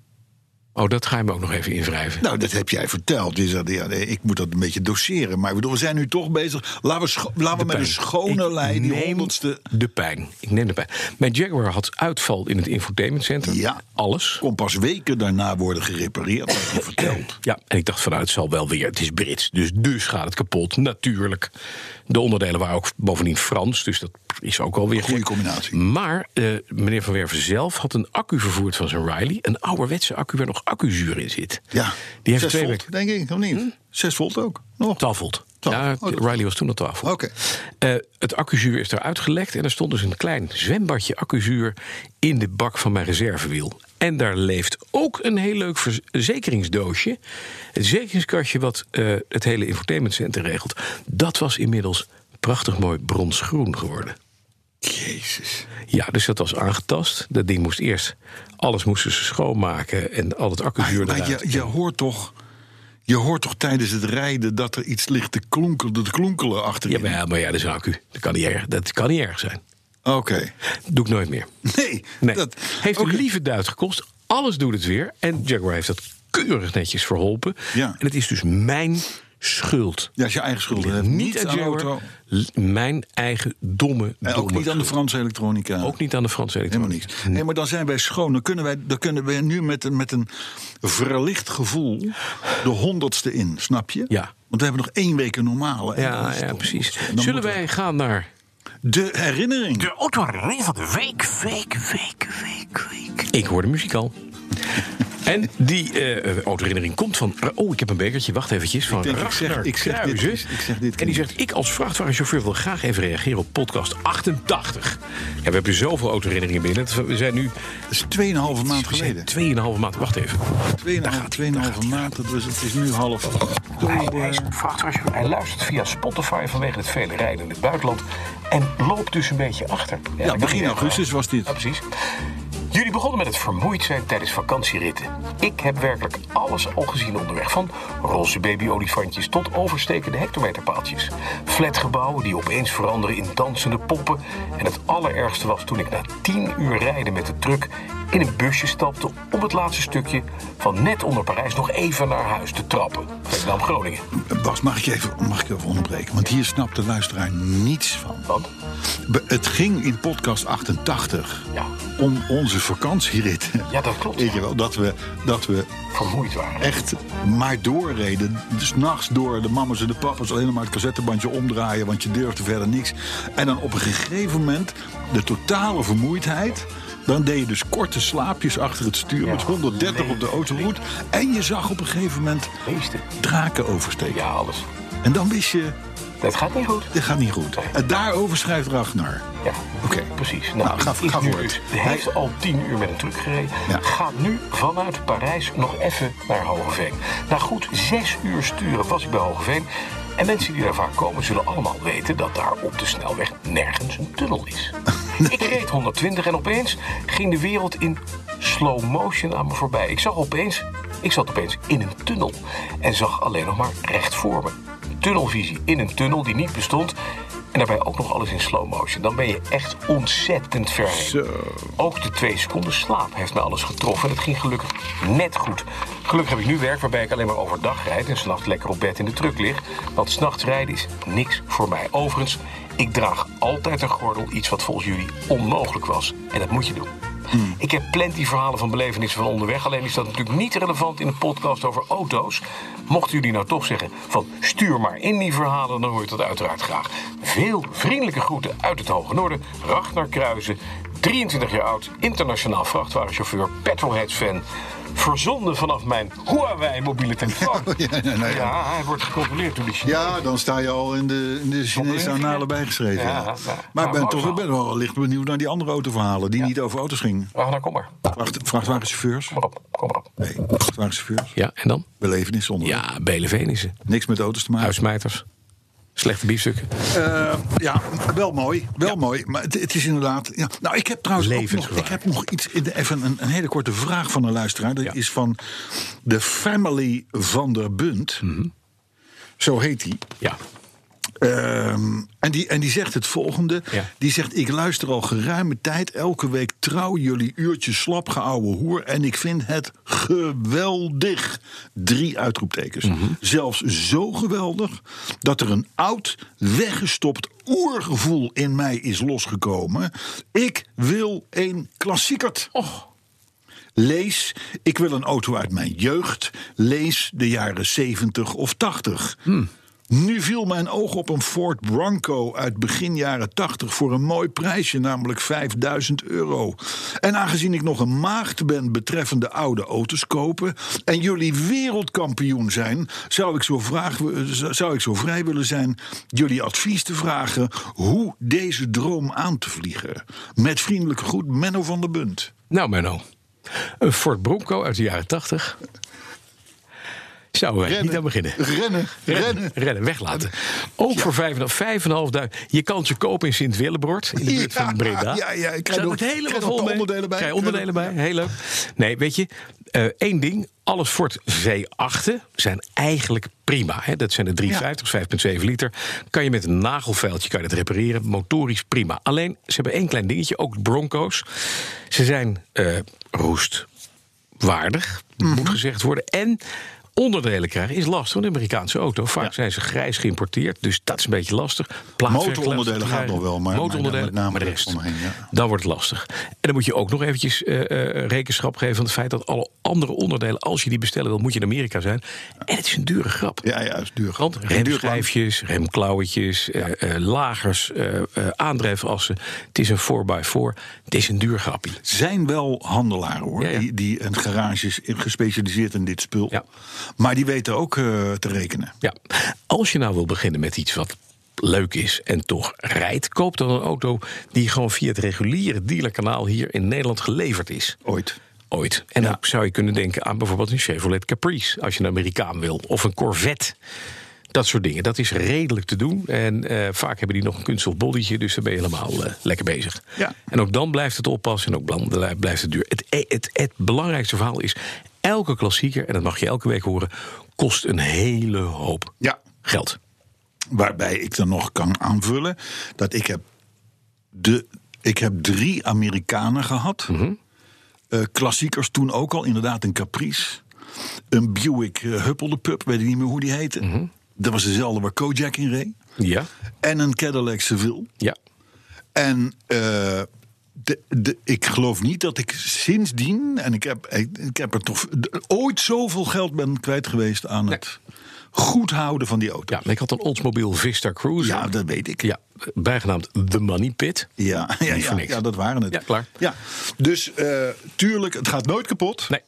Speaker 3: Oh, dat ga je me ook nog even invrijven.
Speaker 2: Nou, dat heb jij verteld. Je zegt, ja, nee, ik moet dat een beetje doseren. Maar ik bedoel, we zijn nu toch bezig. Laten we, scho- laten we met een
Speaker 3: pijn.
Speaker 2: schone
Speaker 3: Ik
Speaker 2: lijn die
Speaker 3: neem
Speaker 2: honderdste
Speaker 3: De pijn. Ik neem de pijn. Mijn Jaguar had uitval in het infotainmentcentrum.
Speaker 2: Ja.
Speaker 3: Alles.
Speaker 2: kon pas weken daarna worden gerepareerd. Dat heb je verteld.
Speaker 3: Ja, en ik dacht vanuit, het zal wel weer. Het is Brits, dus dus gaat het kapot. Natuurlijk. De onderdelen waren ook bovendien Frans, dus dat is ook alweer
Speaker 2: Goede
Speaker 3: gek.
Speaker 2: combinatie.
Speaker 3: Maar eh, meneer Van Werven zelf had een accu vervoerd van zijn Riley. Een ouderwetse accu waar nog accuzuur in zit.
Speaker 2: Ja,
Speaker 3: Die heeft
Speaker 2: Zes
Speaker 3: twee
Speaker 2: volt,
Speaker 3: weken. Hm?
Speaker 2: denk ik, of niet? Zes volt ook. Nog.
Speaker 3: 12 volt.
Speaker 2: Twaalf,
Speaker 3: Ja,
Speaker 2: oh, dat-
Speaker 3: Riley was toen al 12 volt.
Speaker 2: Oké.
Speaker 3: Eh, het accuzuur is eruit gelekt en er stond dus een klein zwembadje accuzuur in de bak van mijn reservewiel. En daar leeft ook een heel leuk verzekeringsdoosje. Het zekeringskastje wat eh, het hele infotainmentcentrum regelt. Dat was inmiddels prachtig mooi bronsgroen geworden.
Speaker 2: Jezus.
Speaker 3: Ja, dus dat was aangetast. Dat ding moest eerst, alles moesten ze schoonmaken en al het accuzuur
Speaker 2: Ah, Maar
Speaker 3: eruit.
Speaker 2: je, je hoort toch. Je hoort toch tijdens het rijden dat er iets ligt te klonkelen, te klonkelen achter
Speaker 3: Ja,
Speaker 2: je.
Speaker 3: maar ja, maar ja, dat is een accu. Dat kan niet erg, dat kan niet erg zijn.
Speaker 2: Oké.
Speaker 3: Doe ik nooit meer.
Speaker 2: Nee.
Speaker 3: Nee.
Speaker 2: Dat,
Speaker 3: heeft
Speaker 2: oké.
Speaker 3: een lieve duit gekost. Alles doet het weer. En Jaguar heeft dat keurig netjes verholpen.
Speaker 2: Ja.
Speaker 3: En het is dus mijn schuld.
Speaker 2: Ja, is je eigen schuld.
Speaker 3: Ligt
Speaker 2: hè?
Speaker 3: niet
Speaker 2: aan
Speaker 3: aan
Speaker 2: de
Speaker 3: Jaguar.
Speaker 2: auto.
Speaker 3: l- Mijn eigen domme,
Speaker 2: En
Speaker 3: domme
Speaker 2: ook niet aan de
Speaker 3: schuld.
Speaker 2: Franse elektronica.
Speaker 3: Ook niet aan de Franse
Speaker 2: Helemaal
Speaker 3: elektronica.
Speaker 2: niks. Nee, maar dan zijn wij schoon. Dan kunnen wij, dan kunnen wij nu met een, met een verlicht gevoel de honderdste in, snap je?
Speaker 3: Ja.
Speaker 2: Want we hebben nog één week een normale. En dan
Speaker 3: Ja,
Speaker 2: is het
Speaker 3: ja,
Speaker 2: de
Speaker 3: precies.
Speaker 2: honderdste. En dan
Speaker 3: Zullen
Speaker 2: moeten
Speaker 3: wij gaan naar...
Speaker 2: we- De herinnering.
Speaker 4: De autoherinnering van de week, week, week, week, week.
Speaker 3: Ik hoor de muziek al. En die eh autoherinnering komt van... Oh, ik heb een bekertje, wacht eventjes. Van
Speaker 2: denk, ik
Speaker 3: Ragnar
Speaker 2: zeg- ik zeg dit
Speaker 3: Kruijzen.
Speaker 2: niet, ik zeg dit
Speaker 3: En die
Speaker 2: niet.
Speaker 3: zegt, ik als vrachtwagenchauffeur wil graag even reageren op podcast 88. Ja, we hebben zoveel autoherinneringen binnen. We zijn nu
Speaker 2: Dat is 2,5 maand
Speaker 3: we
Speaker 2: geleden.
Speaker 3: zijn 2,5 maand. Wacht even.
Speaker 2: 2,5 2,5 maand, dus het is nu half
Speaker 3: Oh,
Speaker 2: oktober.
Speaker 3: vrachtwagenchauffeur. Hij luistert via Spotify vanwege het vele rijden in het buitenland. En loopt dus een beetje achter.
Speaker 2: Ja, begin augustus was dit.
Speaker 3: Ja, precies. Jullie begonnen met het vermoeid zijn tijdens vakantieritten. Ik heb werkelijk alles al gezien onderweg. Van roze babyolifantjes tot overstekende hectometerpaaltjes. Flatgebouwen die opeens veranderen in dansende poppen. En het allerergste was toen ik na tien uur rijden met de truck... in een busje stapte om het laatste stukje van net onder Parijs... nog even naar huis te trappen. Vietnam Groningen.
Speaker 2: Bas, mag ik je even, mag ik je even onderbreken? Want hier snapt de luisteraar niets van.
Speaker 3: Want,
Speaker 2: Be- Het ging in podcast 88
Speaker 3: Ja.
Speaker 2: om onze vakantierit.
Speaker 3: ja, dat klopt.
Speaker 2: Weet je wel, dat we, dat we
Speaker 3: Vermoeid waren.
Speaker 2: echt maar doorreden. Dus nachts door de mamas en de papa's alleen maar het cassettebandje omdraaien, want je durfde verder niks. En dan op een gegeven moment de totale vermoeidheid. Dan deed je dus korte slaapjes achter het stuur met 130 op de autoroute. En je zag op een gegeven moment
Speaker 3: Beesten.
Speaker 2: draken oversteken.
Speaker 3: Ja, alles.
Speaker 2: En dan wist je,
Speaker 3: Dat gaat niet goed.
Speaker 2: dit gaat niet goed. En daarover schrijft Ragnar.
Speaker 3: Ja,
Speaker 2: Oké.
Speaker 3: precies.
Speaker 2: Nou, ga-
Speaker 3: is
Speaker 2: ga
Speaker 3: nu
Speaker 2: voor het.
Speaker 3: dus- Hij heeft al tien uur met een truck gereden.
Speaker 2: Ja.
Speaker 3: Gaat nu vanuit Parijs nog even naar Hogeveen. Na goed zes uur sturen was ik bij Hogeveen. En mensen die daar vaak komen zullen allemaal weten dat daar op de snelweg nergens een tunnel is. Ik reed 120 en opeens ging de wereld in slow motion aan me voorbij. Ik zag opeens
Speaker 5: Ik zat opeens in een tunnel en zag alleen nog maar recht voor me. Tunnelvisie in een tunnel die niet bestond. En daarbij ook nog alles in slow motion. Dan ben je echt ontzettend ver heen. Ook de twee seconden slaap heeft mij alles getroffen. En het ging gelukkig net goed. Gelukkig heb ik nu werk waarbij ik alleen maar overdag rijd... en s'nachts lekker op bed in de truck lig. Want s'nachts rijden is niks voor mij. Overigens, ik draag altijd een gordel. Iets wat volgens jullie onmogelijk was. En dat moet je doen.
Speaker 2: Hmm.
Speaker 5: Ik heb plenty verhalen van belevenissen van onderweg. Alleen is dat natuurlijk niet relevant in een podcast over auto's. Mochten jullie nou toch zeggen van stuur maar in die verhalen, dan hoor ik dat uiteraard graag. Veel vriendelijke groeten uit het Hoge Noorden. Ragnar Kruijzen, 23 jaar oud, internationaal vrachtwagenchauffeur, petrolheads-fan. Verzonden vanaf mijn Huawei mobiele telefoon.
Speaker 2: Ja, ja, nou ja.
Speaker 5: hij wordt gecontroleerd door de Chinezen.
Speaker 2: Ja, dan sta je al in de, in de Chinese analen bijgeschreven.
Speaker 5: Ja,
Speaker 2: Ja,
Speaker 5: ja.
Speaker 2: Maar
Speaker 5: Nou,
Speaker 2: ik
Speaker 5: mooi
Speaker 2: ben toch
Speaker 5: verhaal.
Speaker 2: ben wel licht benieuwd naar die andere autoverhalen... die niet over auto's gingen.
Speaker 5: Ragnar, kom maar.
Speaker 2: Vracht, vrachtwagenchauffeurs?
Speaker 5: Kom maar op, kom maar op.
Speaker 2: Nee, vrachtwagenchauffeurs.
Speaker 5: Ja, en dan?
Speaker 2: Belevenis onderweg.
Speaker 5: Ja, Belevenissen.
Speaker 2: Niks met auto's te maken.
Speaker 5: Huismijters. Slechte biefstukken.
Speaker 2: Eh, ja, wel mooi. Wel mooi. Maar het, het is inderdaad. Ja. Nou, ik heb trouwens ook nog,
Speaker 5: Levensgevaar.
Speaker 2: ik heb nog iets. in de- Even een, een hele korte vraag van een luisteraar. Dat
Speaker 5: Ja.
Speaker 2: is van de Family van der Bunt. Zo heet die.
Speaker 5: Ja.
Speaker 2: Ehm, en, die, en die zegt het volgende.
Speaker 5: Ja.
Speaker 2: Die zegt, ik luister al geruime tijd elke week trouw jullie uurtje slap geouwe hoer. En ik vind het geweldig. Drie uitroeptekens. Zelfs zo geweldig dat er een oud, weggestopt oergevoel in mij is losgekomen. Ik wil een klassiekert. Lees, ik wil een auto uit mijn jeugd. Lees de jaren 70 of 80. Nu viel mijn oog op een Ford Bronco uit begin jaren 80 voor een mooi prijsje, namelijk 5000 euro. En aangezien ik nog een maagd ben betreffende oude auto's kopen en jullie wereldkampioen zijn, zou ik zo, vraag, zou ik zo vrij willen zijn jullie advies te vragen hoe deze droom aan te vliegen. Met vriendelijke groet Menno van der Bunt.
Speaker 5: Nou, Menno. Een Ford Bronco uit de jaren 80. Zouden wij niet aan beginnen.
Speaker 2: Rennen, rennen.
Speaker 5: Rennen, weglaten. Ook voor vijf en- vijf en een half duizend. Je kan ze kopen in Sint-Willebord, in de buurt
Speaker 2: Ja,
Speaker 5: van Breda.
Speaker 2: ja, ja, ik krijg
Speaker 5: Staat
Speaker 2: nog-
Speaker 5: het
Speaker 2: ik
Speaker 5: helemaal
Speaker 2: krijg nog
Speaker 5: vol
Speaker 2: de
Speaker 5: mee.
Speaker 2: onderdelen bij.
Speaker 5: Krijg je onderdelen bij, heel leuk. Nee, weet je, eh, één ding. Alle Ford V8'en zijn eigenlijk prima. Hè? Dat zijn de 350, 5,7 liter. Kan je met een nagelveiltje kan je dat repareren. Motorisch prima. Alleen, ze hebben één klein dingetje, ook Broncos. Ze zijn eh, roest waardig,
Speaker 2: Mhm.
Speaker 5: moet gezegd worden. En onderdelen krijgen is lastig. Want de Amerikaanse auto, vaak zijn ze grijs geïmporteerd. Dus dat is een beetje lastig. Plaatverklaring
Speaker 2: Motoronderdelen
Speaker 5: te
Speaker 2: gaat
Speaker 5: krijgen,
Speaker 2: nog wel, maar- maar
Speaker 5: motoronderdelen,
Speaker 2: met name
Speaker 5: maar de
Speaker 2: er
Speaker 5: rest.
Speaker 2: omheen, ja.
Speaker 5: Dan wordt het lastig. En dan moet je ook nog eventjes eh, eh, rekenschap geven van het feit dat alle andere onderdelen, als je die bestellen wil, moet je in Amerika zijn. En het is een dure grap.
Speaker 2: Ja, ja, is duur.
Speaker 5: Want remschijfjes, remklauwetjes, eh, eh, lagers, eh, eh, aandrijfassen. Het is een 4x4. Het is een duur grappie.
Speaker 2: zijn wel handelaren hoor,
Speaker 5: Ja, ja.
Speaker 2: Die, die en garages gespecialiseerd in dit spul.
Speaker 5: Ja.
Speaker 2: Maar die weten ook eh, te rekenen.
Speaker 5: Ja, als je nou wil beginnen met iets wat leuk is en toch rijdt, koop dan een auto die gewoon via het reguliere dealerkanaal hier in Nederland geleverd is.
Speaker 2: Ooit.
Speaker 5: Ooit. En dan zou je kunnen denken aan bijvoorbeeld een Chevrolet Caprice, als je een Amerikaan wil, of een Corvette. Dat soort dingen. Dat is redelijk te doen. En eh, vaak hebben die nog een kunststof bodytje, dus dan ben je helemaal eh, lekker bezig.
Speaker 2: Ja.
Speaker 5: En ook dan blijft het oppassen en ook dan blijft het duur. Het, eh, het, het belangrijkste verhaal is: elke klassieker, en dat mag je elke week horen, kost een hele hoop
Speaker 2: Ja.
Speaker 5: geld.
Speaker 2: Waarbij ik dan nog kan aanvullen dat ik heb, de, ik heb drie Amerikanen gehad.
Speaker 5: Mhm.
Speaker 2: Eh, klassiekers toen ook al, inderdaad een Caprice. Een Buick eh, Huppel de Pup, weet ik niet meer hoe die heette.
Speaker 5: Mhm.
Speaker 2: Dat was dezelfde waar Kojak in reed.
Speaker 5: Ja,
Speaker 2: En een Cadillac Seville.
Speaker 5: ja.
Speaker 2: En eh, de, de, ik geloof niet dat ik sindsdien, en ik heb, ik, ik heb er toch de- ooit zoveel geld ben kwijt geweest aan het goed houden van die auto.
Speaker 5: ja. Ik had een Oldsmobile Vista Cruiser.
Speaker 2: Ja, dat weet ik.
Speaker 5: Ja, eh, bijgenaamd The Money Pit.
Speaker 2: Ja, ja,
Speaker 5: Niet voor
Speaker 2: ja,
Speaker 5: niks.
Speaker 2: ja, dat waren het.
Speaker 5: Ja, klaar.
Speaker 2: Ja. Dus eh, tuurlijk, het gaat nooit kapot.
Speaker 5: Nee,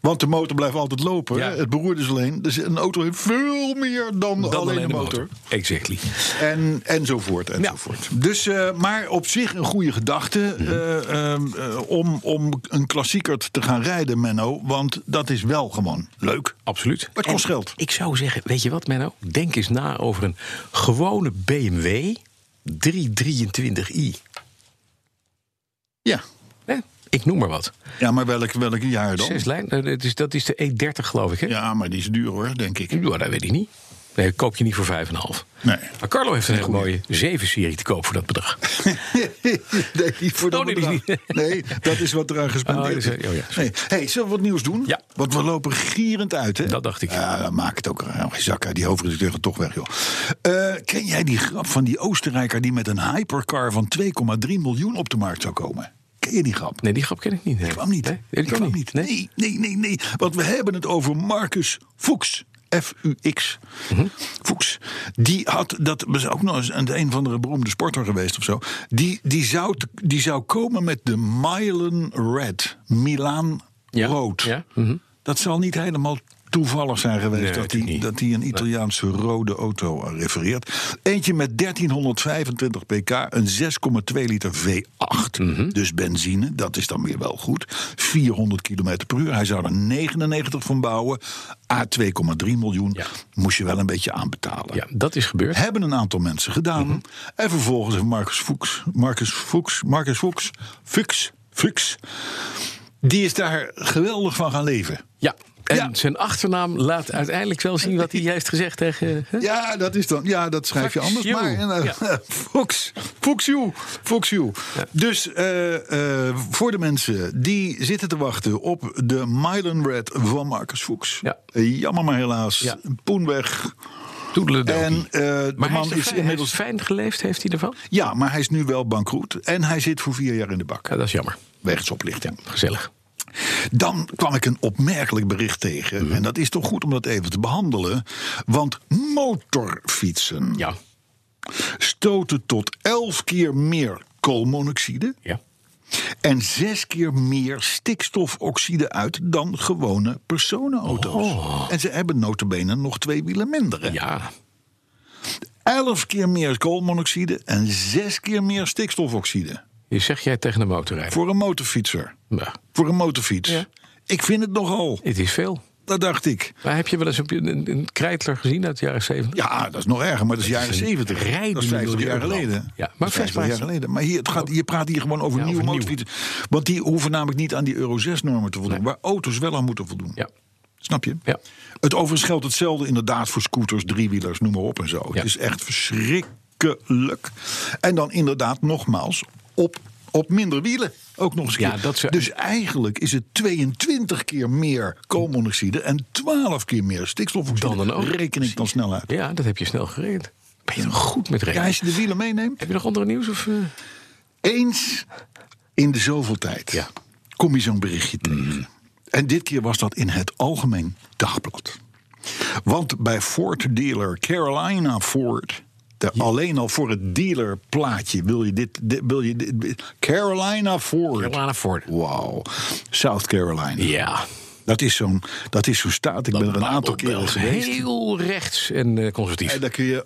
Speaker 2: Want de motor blijft altijd lopen.
Speaker 5: Ja.
Speaker 2: Het beroerde is alleen. Dus een auto heeft veel meer dan,
Speaker 5: dan
Speaker 2: alleen, de motor.
Speaker 5: Exactly.
Speaker 2: En, enzovoort, enzovoort. Dus, eh, maar op zich een goede gedachte
Speaker 5: Mhm.
Speaker 2: eh, ehm, eh, om, om een klassieker te gaan rijden, Menno. Want dat is wel gewoon leuk.
Speaker 5: Absoluut.
Speaker 2: Maar het kost
Speaker 5: En
Speaker 2: geld.
Speaker 5: Ik zou zeggen, weet je wat Menno? Denk eens na over een gewone BMW 323i.
Speaker 2: Ja,
Speaker 5: Hè? Ik noem maar wat.
Speaker 2: Ja, maar welk, welk jaar dan?
Speaker 5: Zes lijn, eh, dat is, dat is de E30 geloof ik, hè?
Speaker 2: Ja, maar die is duur hoor, denk ik.
Speaker 5: Ja, dat weet ik niet. Nee, koop je niet voor 5,5.
Speaker 2: Nee.
Speaker 5: Maar Carlo heeft een hele mooie 7-serie te koop voor dat bedrag.
Speaker 2: nee, niet voor dat
Speaker 5: Oh, nee,
Speaker 2: bedrag.
Speaker 5: die niet.
Speaker 2: Nee, dat is wat eraan
Speaker 5: Oh,
Speaker 2: gespendeerd
Speaker 5: dat
Speaker 2: is.
Speaker 5: is- oh ja, sorry.
Speaker 2: nee. hey, zullen we wat nieuws doen?
Speaker 5: Ja.
Speaker 2: Want we lopen gierend uit, hè?
Speaker 5: Dat dacht ik.
Speaker 2: Ja, dan maak het ook een zak uit. Die hoofdredacteur gaat toch weg, joh. Eh, ken jij die grap van die Oostenrijker die met een hypercar van 2,3 miljoen op de markt zou komen? Ken je die grap?
Speaker 5: Nee, die grap ken ik niet. Nee.
Speaker 2: Die kwam niet.
Speaker 5: Nee, die kwam niet. Nee.
Speaker 2: Nee, nee, nee, nee. Want we hebben het over Marcus Fuchs. F-U-X.
Speaker 5: Mhm.
Speaker 2: Fuchs. Die had, dat was ook nog eens een, een van de beroemde sporter geweest of zo. Die, die, zou, t- die zou komen met de Milan Red. Milaan
Speaker 5: Ja,
Speaker 2: Rood.
Speaker 5: ja, mhm.
Speaker 2: Dat zal niet helemaal toevallig zijn geweest
Speaker 5: Nee,
Speaker 2: dat,
Speaker 5: natuurlijk
Speaker 2: hij,
Speaker 5: niet.
Speaker 2: dat hij een Italiaanse rode auto aan refereert. Eentje met 1325 pk, een 6,2 liter V8.
Speaker 5: Mhm.
Speaker 2: Dus benzine, dat is dan weer wel goed. 400 km per uur. Hij zou er 99 van bouwen. A 2,3 miljoen.
Speaker 5: Ja.
Speaker 2: Moest je wel een beetje aanbetalen.
Speaker 5: Ja, Mhm. dat is gebeurd.
Speaker 2: Hebben een aantal mensen gedaan. En vervolgens heeft Marcus Fuchs, Marcus Fuchs, Marcus Fuchs, Fuchs, Fuchs. Die is daar geweldig van gaan leven.
Speaker 5: Ja. En
Speaker 2: Ja.
Speaker 5: zijn achternaam laat uiteindelijk wel zien wat hij heeft gezegd tegen... hè?
Speaker 2: Ja, dat is dan. Ja, dat schrijf je
Speaker 5: Fuck
Speaker 2: anders.
Speaker 5: you.
Speaker 2: Maar eh,
Speaker 5: Ja.
Speaker 2: Fox, Fox you, Fox you. Dus eh, eh, voor de mensen die zitten te wachten op de Milan Red van Marcus Fuchs.
Speaker 5: Ja.
Speaker 2: Jammer maar helaas.
Speaker 5: Ja.
Speaker 2: Poen weg.
Speaker 5: Toedeledokie.
Speaker 2: En eh, de
Speaker 5: maar hij
Speaker 2: man
Speaker 5: is,
Speaker 2: is,
Speaker 5: er fijn- hij
Speaker 2: inmiddels.
Speaker 5: is fijn geleefd, heeft hij ervan?
Speaker 2: Ja, maar hij is nu wel bankroet. En hij zit voor vier jaar in de bak.
Speaker 5: Ja, dat is jammer.
Speaker 2: Wegens oplichting.
Speaker 5: Gezellig.
Speaker 2: Dan kwam ik een opmerkelijk bericht tegen.
Speaker 5: Mhm.
Speaker 2: En dat is toch goed om dat even te behandelen. Want motorfietsen.
Speaker 5: Ja.
Speaker 2: stoten tot 11 keer meer koolmonoxide
Speaker 5: Ja.
Speaker 2: en 6 keer meer stikstofoxide uit dan gewone personenauto's. En ze hebben notabene nog twee wielen minder. hè?
Speaker 5: Oh. Ja.
Speaker 2: 11 keer meer koolmonoxide en 6 keer meer stikstofoxide
Speaker 5: Je zeg jij tegen de motorrijder.
Speaker 2: voor een motorfietser.
Speaker 5: Nou,
Speaker 2: Voor een motorfiets.
Speaker 5: Ja.
Speaker 2: Ik vind het nogal.
Speaker 5: het is veel.
Speaker 2: Dat dacht ik.
Speaker 5: Maar heb je wel eens een, een, een krijtler gezien uit de jaren 70?
Speaker 2: Ja, dat is nog erger, maar dat is jaren
Speaker 5: is een
Speaker 2: 70. dat
Speaker 5: rijdende
Speaker 2: is 50 jaar
Speaker 5: miljoenenland.
Speaker 2: geleden.
Speaker 5: Ja, maar
Speaker 2: Dat is 50 jaar
Speaker 5: Vespa's-
Speaker 2: geleden. Maar hier, het gaat, je praat hier gewoon over
Speaker 5: Ja,
Speaker 2: nieuwe
Speaker 5: over nieuw.
Speaker 2: motorfietsen. Want die hoeven namelijk niet aan die Euro 6 normen te voldoen. Waar auto's wel aan moeten voldoen.
Speaker 5: Ja.
Speaker 2: Snap je?
Speaker 5: Ja.
Speaker 2: Het overigens geldt hetzelfde inderdaad voor scooters, driewielers, noem maar op en zo.
Speaker 5: Ja.
Speaker 2: Het is echt verschrikkelijk. En dan inderdaad nogmaals op, op minder wielen. Ook nog eens een
Speaker 5: Ja,
Speaker 2: keer.
Speaker 5: dat ze-
Speaker 2: Dus eigenlijk is het 22 keer meer koolmonoxide en 12 keer meer stikstofoxide.
Speaker 5: Dan een auto.
Speaker 2: Reken ik dan snel uit.
Speaker 5: Ja, dat heb je snel geregeld. Ben je toch goed met
Speaker 2: Ja,
Speaker 5: rekenen?
Speaker 2: als je de wielen meeneemt.
Speaker 5: Heb je nog andere nieuws? Of, eh?
Speaker 2: Eens in de zoveel tijd
Speaker 5: Ja. Mhm.
Speaker 2: kom je zo'n berichtje tegen. En dit keer was dat in het Algemeen Dagblad. Want bij Ford dealer Carolina Ford... de- Alleen al voor het dealerplaatje wil je dit... dit- wil je dit Carolina Ford.
Speaker 5: Carolina Ford.
Speaker 2: Wauw. South Carolina.
Speaker 5: Ja.
Speaker 2: Dat is zo'n dat is zo'n staat. Ik ben er een aantal keren
Speaker 5: Belt
Speaker 2: geweest.
Speaker 5: Heel rechts en eh, conservatief.
Speaker 2: En daar kun je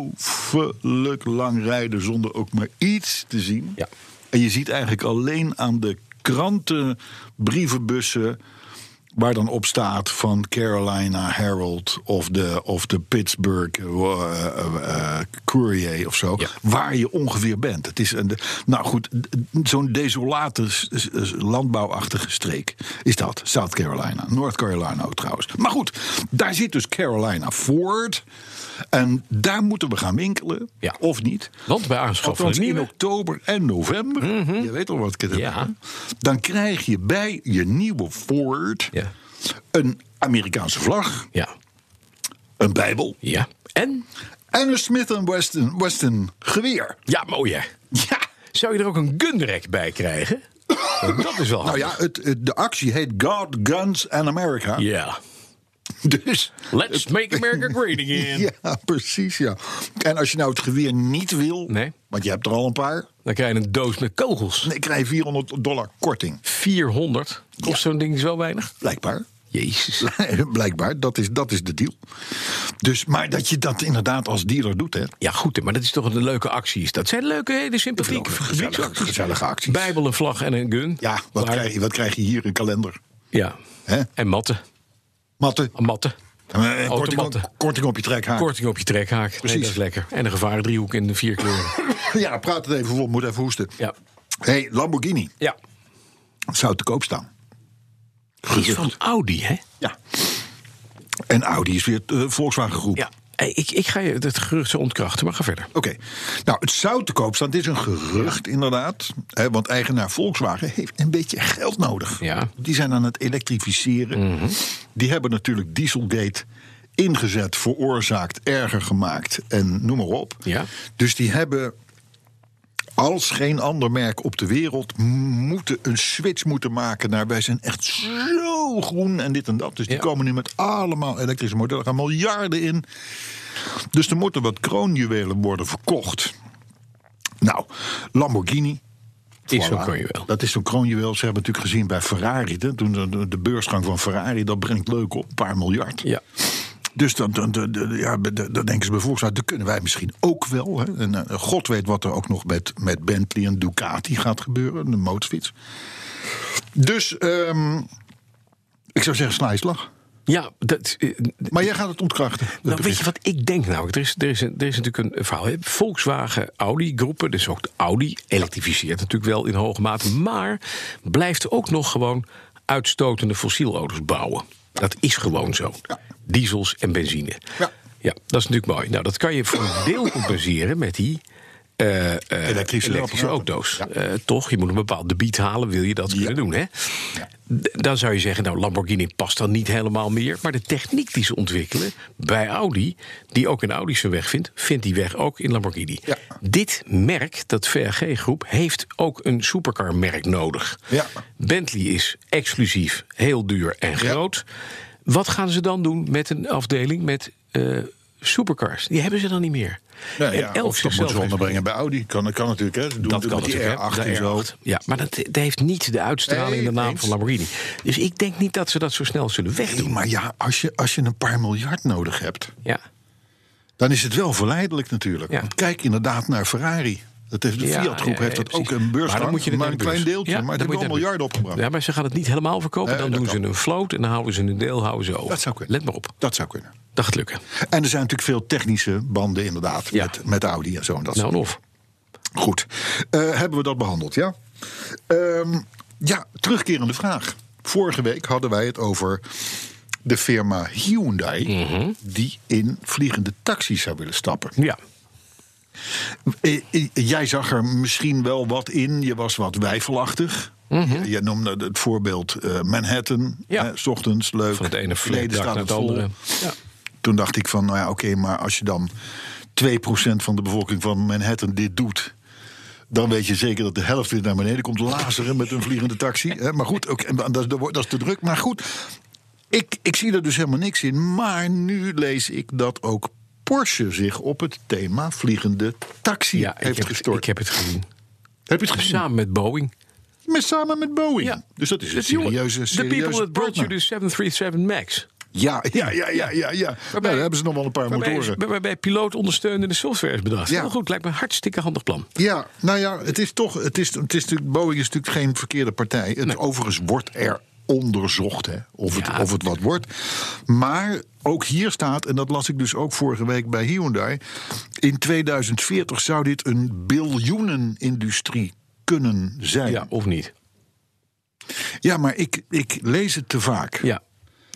Speaker 2: ongelooflijk lang rijden zonder ook maar iets te zien.
Speaker 5: Ja.
Speaker 2: En je ziet eigenlijk alleen aan de kranten, brievenbussen. Waar dan op staat van Carolina Herald of de, of de Pittsburgh eh, eh, eh, Courier of zo.
Speaker 5: Ja.
Speaker 2: Waar je ongeveer bent. Het is een, de- nou goed, d- zo'n desolate s- s- s- landbouwachtige streek is dat. South Carolina, North Carolina ook trouwens. Maar goed, daar zit dus Carolina Ford. En daar moeten we gaan winkelen,
Speaker 5: Ja.
Speaker 2: of niet.
Speaker 5: Want bij aanschaf van
Speaker 2: Althans,
Speaker 5: een
Speaker 2: in
Speaker 5: nieuwe-
Speaker 2: oktober en november, je weet al wat ik het heb.
Speaker 5: Mhm. Ja.
Speaker 2: Dan krijg je bij je nieuwe Ford
Speaker 5: Ja.
Speaker 2: een Amerikaanse vlag,
Speaker 5: Ja.
Speaker 2: een Bijbel
Speaker 5: Ja. En?
Speaker 2: en een Smith Weston, Weston geweer.
Speaker 5: Ja, mooi hè.
Speaker 2: Ja.
Speaker 5: Zou je er ook een gunrek bij krijgen? Want dat is wel
Speaker 2: Nou ja, het, het- de actie heet God, Guns and America.
Speaker 5: Ja.
Speaker 2: Dus.
Speaker 5: Let's make America great again.
Speaker 2: Ja, precies, ja. En als je nou het geweer niet wil,
Speaker 5: Nee.
Speaker 2: want je hebt er al een paar,
Speaker 5: Dan krijg je een doos met kogels.
Speaker 2: dan krijg je 400 dollar korting.
Speaker 5: 400. Kost zo'n ding zo weinig?
Speaker 2: Blijkbaar.
Speaker 5: Jezus.
Speaker 2: Blijkbaar, dat is, dat is de deal. Dus, maar dat je dat inderdaad als dealer doet, hè?
Speaker 5: Ja, goed, hè, maar dat is toch een leuke acties. Dat zijn leuke, hele sympathieke
Speaker 2: Ik vind ook gezellige-
Speaker 5: gebiedsacties.
Speaker 2: gezellige acties.
Speaker 5: Bijbel, een vlag en een gun.
Speaker 2: Ja, wat,
Speaker 5: Maar-
Speaker 2: krijg, je, wat krijg je hier? Een kalender.
Speaker 5: Ja.
Speaker 2: Hè?
Speaker 5: En matten.
Speaker 2: Matten.
Speaker 5: Matten.
Speaker 2: Eh, Korting
Speaker 5: automatten.
Speaker 2: op, korting op je trekhaak.
Speaker 5: Korting op je trekhaak. Precies.
Speaker 2: Precies.
Speaker 5: dat is lekker. En een gevarendriehoek in de vier kleuren.
Speaker 2: Ja, praat het even vol, moet even hoesten.
Speaker 5: Ja.
Speaker 2: hey, Lamborghini.
Speaker 5: Ja.
Speaker 2: Het zou te koop staan.
Speaker 5: Die is van Audi, hè?
Speaker 2: Ja. En Audi is weer de Volkswagen Groep.
Speaker 5: Ja. Ik, ik ga je het gerucht zo ontkrachten, maar ga verder.
Speaker 2: Oké, nou het zou te koop staan. Dit is een gerucht inderdaad. Hè, want eigenaar Volkswagen heeft een beetje geld nodig.
Speaker 5: Ja. Mhm.
Speaker 2: Die zijn aan het elektrificeren. Die hebben natuurlijk Dieselgate ingezet, veroorzaakt, erger gemaakt en noem maar op.
Speaker 5: Ja.
Speaker 2: Dus die hebben als geen ander merk op de wereld m- moeten een switch moeten maken naar wij zijn echt zo groen en dit en dat. Dus die
Speaker 5: Ja.
Speaker 2: komen nu met allemaal elektrische modellen, er gaan miljarden in. Dus er moeten wat kroonjuwelen worden verkocht. Nou, Lamborghini.
Speaker 5: Is
Speaker 2: voilà.
Speaker 5: zo'n kroonjuwel.
Speaker 2: Dat is zo'n kroonjuwel. Ze hebben natuurlijk gezien bij Ferrari. hè, Toen de- de, de beursgang van Ferrari, dat brengt leuk op. Een paar miljard.
Speaker 5: Ja.
Speaker 2: Dus dan, dan, dan, dan- ja, dan dan denken ze bij Volkswagen, dat kunnen wij misschien ook wel. Hè? En, eh, God weet wat er ook nog met, met Bentley en Ducati gaat gebeuren, de motorfiets. Dus ehm, ik zou zeggen, sla je slag.
Speaker 5: Ja, dat, eh,
Speaker 2: Maar jij gaat het ontkrachten. dat
Speaker 5: nou, weet
Speaker 2: bericht.
Speaker 5: je wat ik denk namelijk? Er is, er is, een- er is natuurlijk een verhaal. Hè? Volkswagen, Audi-groepen, dus ook de Audi, elektrificeert natuurlijk wel in hoge mate. Maar blijft ook nog gewoon uitstotende fossielauto's bouwen. Dat is gewoon zo. Diesels en benzine.
Speaker 2: Ja.
Speaker 5: ja, dat is natuurlijk mooi. Nou, dat kan je voor een deel compenseren met die eh, eh, elektrische,
Speaker 2: apparaten.
Speaker 5: auto's. Eh, toch, je moet een bepaald debiet halen, wil je dat kunnen doen. Hè? D- Dan zou je zeggen, nou, Lamborghini past dan niet helemaal meer. Maar de techniek die ze ontwikkelen bij Audi, die ook in Audi zijn weg vindt, vindt die weg ook in Lamborghini.
Speaker 2: Ja.
Speaker 5: Dit merk, dat VRG-groep, heeft ook een supercar-merk nodig.
Speaker 2: Ja.
Speaker 5: Bentley is exclusief, heel duur en groot. Wat gaan ze dan doen met een afdeling met eh, supercars? Die hebben ze dan niet meer.
Speaker 2: Nou
Speaker 5: En
Speaker 2: ja,
Speaker 5: elk
Speaker 2: of dat
Speaker 5: zichzelf
Speaker 2: moeten ze onderbrengen bij Audi. Kan, kan natuurlijk, hè. Ze doen
Speaker 5: dat kan
Speaker 2: natuurlijk met
Speaker 5: natuurlijk,
Speaker 2: die R8
Speaker 5: hè,
Speaker 2: en
Speaker 5: de
Speaker 2: zo.
Speaker 5: R8. Ja, maar dat, dat heeft niet de uitstraling
Speaker 2: Nee,
Speaker 5: in de naam
Speaker 2: eens.
Speaker 5: van Lamborghini. Dus ik denk niet dat ze dat zo snel zullen
Speaker 2: Nee,
Speaker 5: wegdoen.
Speaker 2: maar ja, als je, als je een paar miljard nodig hebt...
Speaker 5: Ja,
Speaker 2: dan is het wel verleidelijk natuurlijk.
Speaker 5: Ja.
Speaker 2: Want kijk inderdaad naar Ferrari. Dat heeft, de
Speaker 5: Ja,
Speaker 2: Fiat-groep
Speaker 5: ja,
Speaker 2: heeft
Speaker 5: ja,
Speaker 2: dat
Speaker 5: precies.
Speaker 2: ook een beursgang, maar,
Speaker 5: het
Speaker 2: een
Speaker 5: naar de
Speaker 2: klein
Speaker 5: beurs.
Speaker 2: deeltje.
Speaker 5: Ja,
Speaker 2: maar
Speaker 5: dan
Speaker 2: het heeft
Speaker 5: moet
Speaker 2: wel
Speaker 5: je naar de
Speaker 2: miljarden
Speaker 5: beurs.
Speaker 2: opgebracht.
Speaker 5: Ja, maar ze gaan het niet helemaal verkopen.
Speaker 2: Nee,
Speaker 5: dan
Speaker 2: dat
Speaker 5: doen ze
Speaker 2: kan.
Speaker 5: een float en dan houden ze een deel houden ze over.
Speaker 2: Dat zou kunnen.
Speaker 5: Let maar op,
Speaker 2: Dat zou kunnen.
Speaker 5: dat gaat lukken.
Speaker 2: En er zijn natuurlijk veel technische banden inderdaad.
Speaker 5: Ja.
Speaker 2: Met, met Audi en zo. En dat
Speaker 5: Nou, en
Speaker 2: soort
Speaker 5: of.
Speaker 2: dingen. Goed. Eh, hebben we dat behandeld, ja? Ehm, ja, terugkerende vraag. Vorige week hadden wij het over de firma Hyundai...
Speaker 5: Mhm.
Speaker 2: die in vliegende taxis zou willen stappen.
Speaker 5: Ja,
Speaker 2: Eh, eh, Jij zag er misschien wel wat in. Je was wat wijfelachtig. Je- Je noemde het voorbeeld eh, Manhattan.
Speaker 5: Mhm. Ja.
Speaker 2: hè, 's ochtends leuk.
Speaker 5: van het ene
Speaker 2: Beneden
Speaker 5: flatdak
Speaker 2: staat
Speaker 5: naar het
Speaker 2: vol.
Speaker 5: andere. Ja.
Speaker 2: Toen dacht ik van, nou ja, oké, maar als je dan 2% van de bevolking van Manhattan dit doet... dan weet je zeker dat de helft weer naar beneden komt lazeren met een vliegende taxi. hè. Maar goed, oké, dat, is, de- dat is te druk. Maar goed, ik, ik zie er dus helemaal niks in. Maar nu lees ik dat ook Porsche zich op het thema vliegende taxi
Speaker 5: ja ik,
Speaker 2: heeft
Speaker 5: heb het,
Speaker 2: gestort.
Speaker 5: ik heb het gezien.
Speaker 2: Heb je het gezien?
Speaker 5: Samen met Boeing.
Speaker 2: Met, samen met Boeing.
Speaker 5: Ja.
Speaker 2: Dus dat is een
Speaker 5: Het jongen,
Speaker 2: serieuze,
Speaker 5: The
Speaker 2: serieuze
Speaker 5: people that brought you
Speaker 2: partner.
Speaker 5: the 737 MAX.
Speaker 2: Ja, ja, ja, ja, ja. ja. nou, daar hebben ze nog wel een paar
Speaker 5: waarbij,
Speaker 2: motoren.
Speaker 5: Waarbij piloot ondersteunende software is bedacht.
Speaker 2: Ja.
Speaker 5: Heel goed, lijkt me een hartstikke handig plan.
Speaker 2: Ja, nou ja, het is toch. Het is, het is natuurlijk, Boeing is natuurlijk geen verkeerde partij. Het, Overigens wordt er onderzocht hè, of, het,
Speaker 5: Ja.
Speaker 2: of het wat wordt. Maar ook hier staat, en dat las ik dus ook vorige week bij Hyundai. In 2040 zou dit een biljoenenindustrie kunnen zijn.
Speaker 5: Ja,
Speaker 2: Ja,
Speaker 5: of niet?
Speaker 2: maar ik, ik lees het te vaak.
Speaker 5: Ja.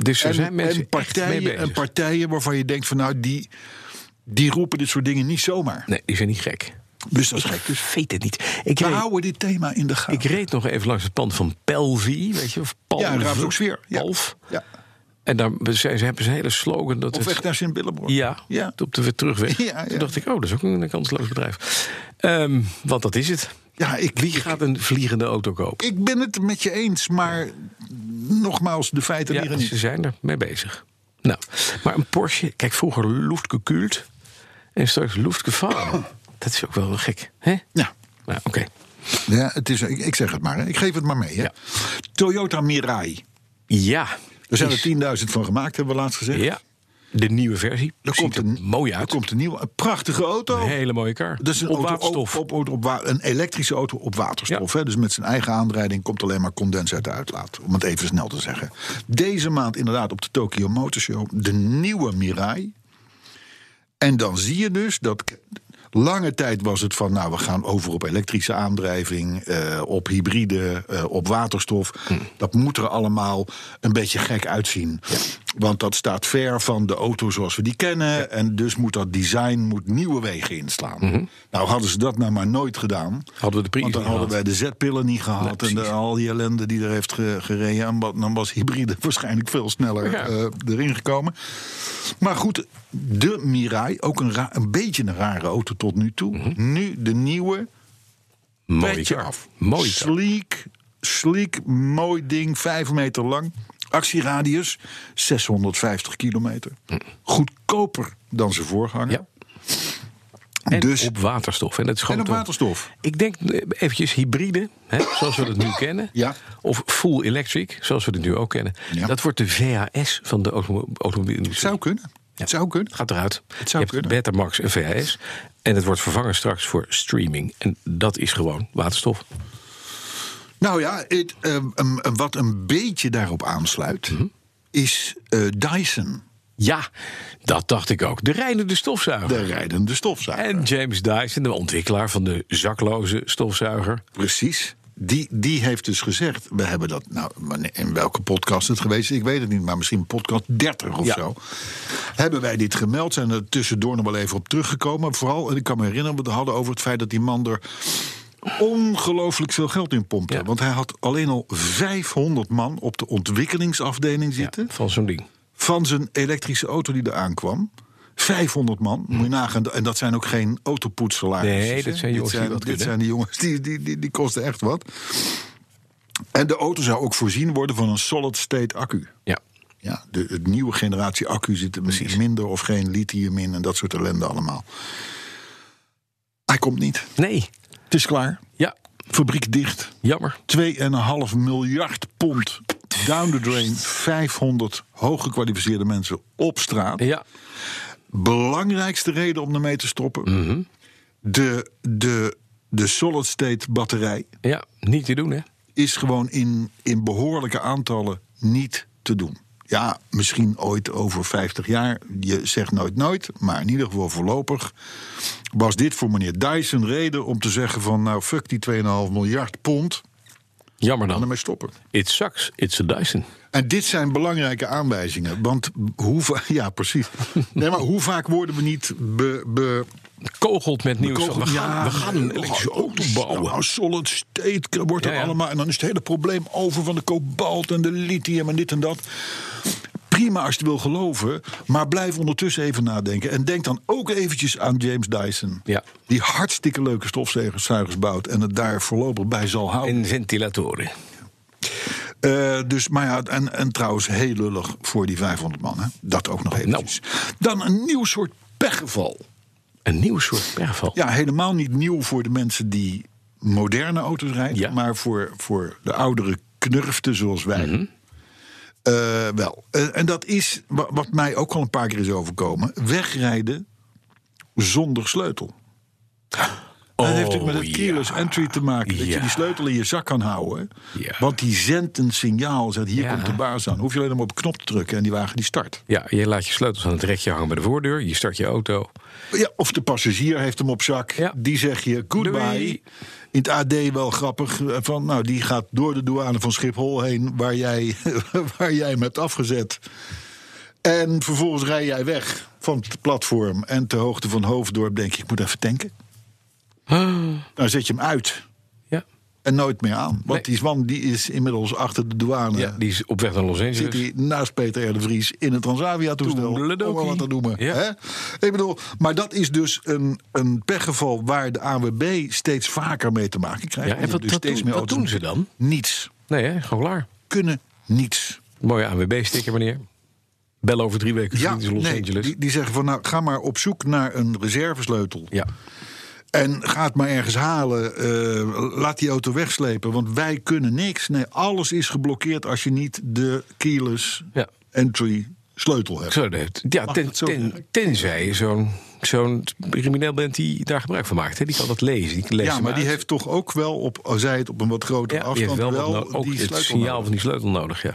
Speaker 5: Dus er
Speaker 2: En,
Speaker 5: zijn mensen
Speaker 2: en, partijen,
Speaker 5: echt mee bezig.
Speaker 2: en partijen waarvan je denkt van nou, die, die roepen dit soort dingen niet zomaar.
Speaker 5: nee, die zijn niet gek.
Speaker 2: Dus dat is
Speaker 5: Ik
Speaker 2: gek. Dus
Speaker 5: weet het niet. Ik
Speaker 2: we
Speaker 5: reed,
Speaker 2: houden dit thema in de
Speaker 5: ik
Speaker 2: gaten.
Speaker 5: reed nog even langs het pand van Pelvi, weet je, of Palv.
Speaker 2: Ja, Ravenswaarsfeer, ja.
Speaker 5: Palv.
Speaker 2: Ja.
Speaker 5: En daar zijn, ze hebben ze een hele slogan dat
Speaker 2: Op
Speaker 5: het...
Speaker 2: weg naar Sint-Billeborg.
Speaker 5: Dus- Ja,
Speaker 2: ja.
Speaker 5: op de weer terugweg.
Speaker 2: Ja, ja.
Speaker 5: Toen dacht ik, oh, dat is ook een kansloos bedrijf. Ehm, want dat is het.
Speaker 2: Ja, ik,
Speaker 5: Wie
Speaker 2: ik-
Speaker 5: gaat een vliegende auto kopen?
Speaker 2: ik ben het met je eens, maar nogmaals, de feiten
Speaker 5: Ja,
Speaker 2: liggen
Speaker 5: ze
Speaker 2: niet.
Speaker 5: zijn er mee bezig. Nou, maar een Porsche, kijk, vroeger luftgekühlt en straks luftgefahren. dat is ook wel gek, hè?
Speaker 2: Ja,
Speaker 5: Nou, oké.
Speaker 2: ja het is, ik, ik zeg het maar, hè. ik geef het maar mee. Hè.
Speaker 5: Ja.
Speaker 2: Toyota Mirai.
Speaker 5: Ja.
Speaker 2: Er zijn
Speaker 5: is-
Speaker 2: er 10.000 van gemaakt, hebben we laatst gezegd.
Speaker 5: Ja, de nieuwe versie. Ziet
Speaker 2: Er komt
Speaker 5: er
Speaker 2: een,
Speaker 5: mooi
Speaker 2: er
Speaker 5: uit.
Speaker 2: komt een nieuwe, een prachtige auto.
Speaker 5: Een hele mooie car.
Speaker 2: Dat is een,
Speaker 5: op
Speaker 2: auto,
Speaker 5: waterstof.
Speaker 2: Op, op, op, op wa- een elektrische auto op waterstof.
Speaker 5: Ja.
Speaker 2: Hè? Dus met zijn eigen aandrijding komt alleen maar condens uit de uitlaat. Om het even snel te zeggen. Deze maand inderdaad op de Tokyo Motor Show de nieuwe Mirai. En dan zie je dus dat. Lange tijd was het van, nou, we gaan over op elektrische aandrijving, eh, op hybride, eh, op waterstof.
Speaker 5: Hm.
Speaker 2: Dat moet er allemaal een beetje gek uitzien. Want dat staat ver van de auto zoals we die kennen. En dus moet dat design moet nieuwe wegen inslaan. Nou, hadden ze dat nou maar nooit gedaan.
Speaker 5: Mhm. Hadden we de Prius
Speaker 2: Want dan
Speaker 5: niet
Speaker 2: hadden wij eh, de Z-pillen niet gehad.
Speaker 5: Nee,
Speaker 2: en de,
Speaker 5: precies.
Speaker 2: al die ellende die er heeft ge- gereden. En wat- dan was hybride waarschijnlijk veel sneller
Speaker 5: Ja.
Speaker 2: eh, erin gekomen. Maar goed, de Mirai, ook een, ra- een beetje een rare auto tot nu toe. Nu de nieuwe,
Speaker 5: Mooi
Speaker 2: petje
Speaker 5: Mhm. car.
Speaker 2: af.
Speaker 5: Mooi car.
Speaker 2: sleek, sleek, mooi ding, vijf meter lang. Actieradius 650 kilometer. Goedkoper dan zijn voorganger.
Speaker 5: Mhm. Ja. En
Speaker 2: dus,
Speaker 5: op waterstof. En, dat is gewoon
Speaker 2: en op
Speaker 5: toch-
Speaker 2: waterstof.
Speaker 5: Ik denk eh, eventjes hybride, hè, zoals we dat nu kennen.
Speaker 2: Ja.
Speaker 5: Of full electric, zoals we dat nu ook kennen.
Speaker 2: Ja.
Speaker 5: Dat wordt de VHS van de automo- automobielindustrie.
Speaker 2: Het zou kunnen. Het zou kunnen.
Speaker 5: Het gaat eruit. Het
Speaker 2: zou
Speaker 5: je hebt
Speaker 2: kunnen.
Speaker 5: Betamax en VHS. En het wordt vervangen straks voor streaming. En dat is gewoon waterstof.
Speaker 2: Nou ja, het, ehm, ehm, ehm, wat een beetje daarop aansluit,
Speaker 5: Mhm.
Speaker 2: is eh, Dyson,
Speaker 5: Ja, dat dacht ik ook. De rijdende stofzuiger.
Speaker 2: de rijdende stofzuiger.
Speaker 5: En James Dyson, de ontwikkelaar van de zakloze stofzuiger.
Speaker 2: Precies. Die, die heeft dus gezegd, we hebben dat, nou, wanneer- in welke podcast het geweest is, ik weet het niet, maar misschien podcast 30 of
Speaker 5: Ja.
Speaker 2: zo. Hebben wij dit gemeld, zijn er tussendoor nog wel even op teruggekomen. Vooral, en ik kan me herinneren, we het hadden over het feit dat die man er ongelooflijk veel geld in pompte.
Speaker 5: Ja.
Speaker 2: Want hij had alleen al 500 man op de ontwikkelingsafdeling zitten.
Speaker 5: Ja, van zo'n ding.
Speaker 2: van zijn elektrische auto die er aankwam. 500 man, moet je nagaan. En dat zijn ook geen autopoetselaars.
Speaker 5: Hm. Nee, dit zijn jongens die
Speaker 2: zijn,
Speaker 5: wat
Speaker 2: Dit
Speaker 5: kunnen.
Speaker 2: zijn die jongens, die, die, die, die kosten echt wat. En de auto zou ook voorzien worden van een solid-state accu.
Speaker 5: Ja.
Speaker 2: Ja, de het nieuwe generatie accu zit er minder of geen lithium in... en dat soort ellende allemaal. Hij komt niet.
Speaker 5: Nee.
Speaker 2: Het is klaar.
Speaker 5: Ja,
Speaker 2: Fabriek dicht.
Speaker 5: jammer.
Speaker 2: 2,5 miljard pond down the drain. 500 hooggekwalificeerde mensen op straat.
Speaker 5: Ja.
Speaker 2: Belangrijkste reden om ermee te stoppen. De, de, de solid-state batterij
Speaker 5: ja, niet te doen hè.
Speaker 2: is gewoon in, in behoorlijke aantallen niet te doen. Ja, misschien ooit over 50 jaar. Je zegt nooit nooit, maar in ieder geval voorlopig was dit voor meneer Dyson reden om te zeggen van nou fuck die 2,5 miljard pond,
Speaker 5: Jammer
Speaker 2: en
Speaker 5: dan.
Speaker 2: ermee stoppen.
Speaker 5: It sucks, it's a Dyson.
Speaker 2: En dit zijn belangrijke aanwijzingen. Want hoe va- ja, precies. Nee, maar hoe vaak worden we niet be, be,
Speaker 5: Kogelt met nieuws.
Speaker 2: bekogeld?
Speaker 5: van, we, gaan,
Speaker 2: Ja,
Speaker 5: we gaan een elektrische
Speaker 2: oh,
Speaker 5: auto
Speaker 2: Nou,
Speaker 5: bouwen.
Speaker 2: solid state wordt er
Speaker 5: Ja, ja.
Speaker 2: allemaal. En dan is het hele probleem over van de kobalt en de lithium en dit en dat. Prima als je het wil geloven, maar blijf ondertussen even nadenken. En denk dan ook eventjes aan James Dyson.
Speaker 5: Ja.
Speaker 2: Die hartstikke leuke stofzuigers bouwt en het daar voorlopig bij zal houden.
Speaker 5: En ventilatoren.
Speaker 2: Eh, dus, maar ja, en, en trouwens, heel lullig voor die 500 man. Hè? Dat ook
Speaker 5: Nou.
Speaker 2: nog eventjes. Dan een nieuw soort pechgeval.
Speaker 5: Een nieuw soort perval.
Speaker 2: Ja, helemaal niet nieuw voor de mensen die moderne auto's rijden.
Speaker 5: Ja.
Speaker 2: Maar voor, voor de oudere knurften zoals wij.
Speaker 5: Mhm.
Speaker 2: Eh, wel. Eh, en dat is wa- wat mij ook al een paar keer is overkomen. Wegrijden zonder sleutel.
Speaker 5: Oh,
Speaker 2: dat heeft natuurlijk met het keyless
Speaker 5: ja.
Speaker 2: entry te maken. Dat je
Speaker 5: Ja.
Speaker 2: die sleutel in je zak kan houden.
Speaker 5: Ja.
Speaker 2: Want die zendt een signaal. Zegt, hier
Speaker 5: Ja.
Speaker 2: komt de baas aan. Hoef je alleen maar op een knop te drukken en die wagen die start.
Speaker 5: Ja, je laat je sleutels aan het rekje hangen bij de voordeur. Je start je auto.
Speaker 2: Ja, of de passagier heeft hem op zak.
Speaker 5: Ja.
Speaker 2: Die zeg je goodbye.
Speaker 5: Doei.
Speaker 2: In het AD wel grappig. eh, Van, nou, die gaat door de douane van Schiphol heen. Waar jij, waar jij hem hebt afgezet. En vervolgens rij jij weg van het platform. En ter hoogte van Hoofddorp denk je, ik moet even tanken. Dan zet je hem uit.
Speaker 5: Ja.
Speaker 2: En nooit meer aan. Want
Speaker 5: Nee.
Speaker 2: die man die is inmiddels achter de douane.
Speaker 5: ja, die is op weg naar Los
Speaker 2: Zit
Speaker 5: Angeles.
Speaker 2: hij naast Peter R. de Vries in het Transavia-toestel. Om maar
Speaker 5: Toedeledokie.
Speaker 2: wat te noemen.
Speaker 5: Ja.
Speaker 2: Hè? Ik bedoel, maar dat is dus een, een pechgeval waar de AWB steeds vaker mee te maken krijgt.
Speaker 5: Ja, en wat,
Speaker 2: Dus
Speaker 5: wat, doen, wat
Speaker 2: auto's-
Speaker 5: doen ze dan?
Speaker 2: Niets.
Speaker 5: Nee, hè, gewoon klaar.
Speaker 2: Kunnen niets.
Speaker 5: Mooie ANWB-sticker, meneer. Bel over drie weken.
Speaker 2: Ja,
Speaker 5: Ja, Los
Speaker 2: nee,
Speaker 5: Angeles.
Speaker 2: die, die zeggen van nou ga maar op zoek naar een reservesleutel.
Speaker 5: Ja.
Speaker 2: En ga het maar ergens halen. eh, laat die auto wegslepen. Want wij kunnen niks. Nee, alles is geblokkeerd als je niet de keyless
Speaker 5: Ja.
Speaker 2: entry sleutel hebt.
Speaker 5: Zo, dat- ja
Speaker 2: Mag
Speaker 5: ten-
Speaker 2: dat zo
Speaker 5: ten-
Speaker 2: werken?
Speaker 5: tenzij je zo'n zo'n crimineel bent die daar gebruik van maakt. Hè? Die kan dat lezen. Die leest
Speaker 2: Ja,
Speaker 5: hem
Speaker 2: maar die
Speaker 5: uit.
Speaker 2: heeft toch ook wel op, oh, zij het op een wat grotere
Speaker 5: Ja, die heeft
Speaker 2: afstand
Speaker 5: wel,
Speaker 2: wel,
Speaker 5: wat no- ook
Speaker 2: die
Speaker 5: het
Speaker 2: sleutel.
Speaker 5: signaal
Speaker 2: nodig.
Speaker 5: van die sleutel nodig. Ja.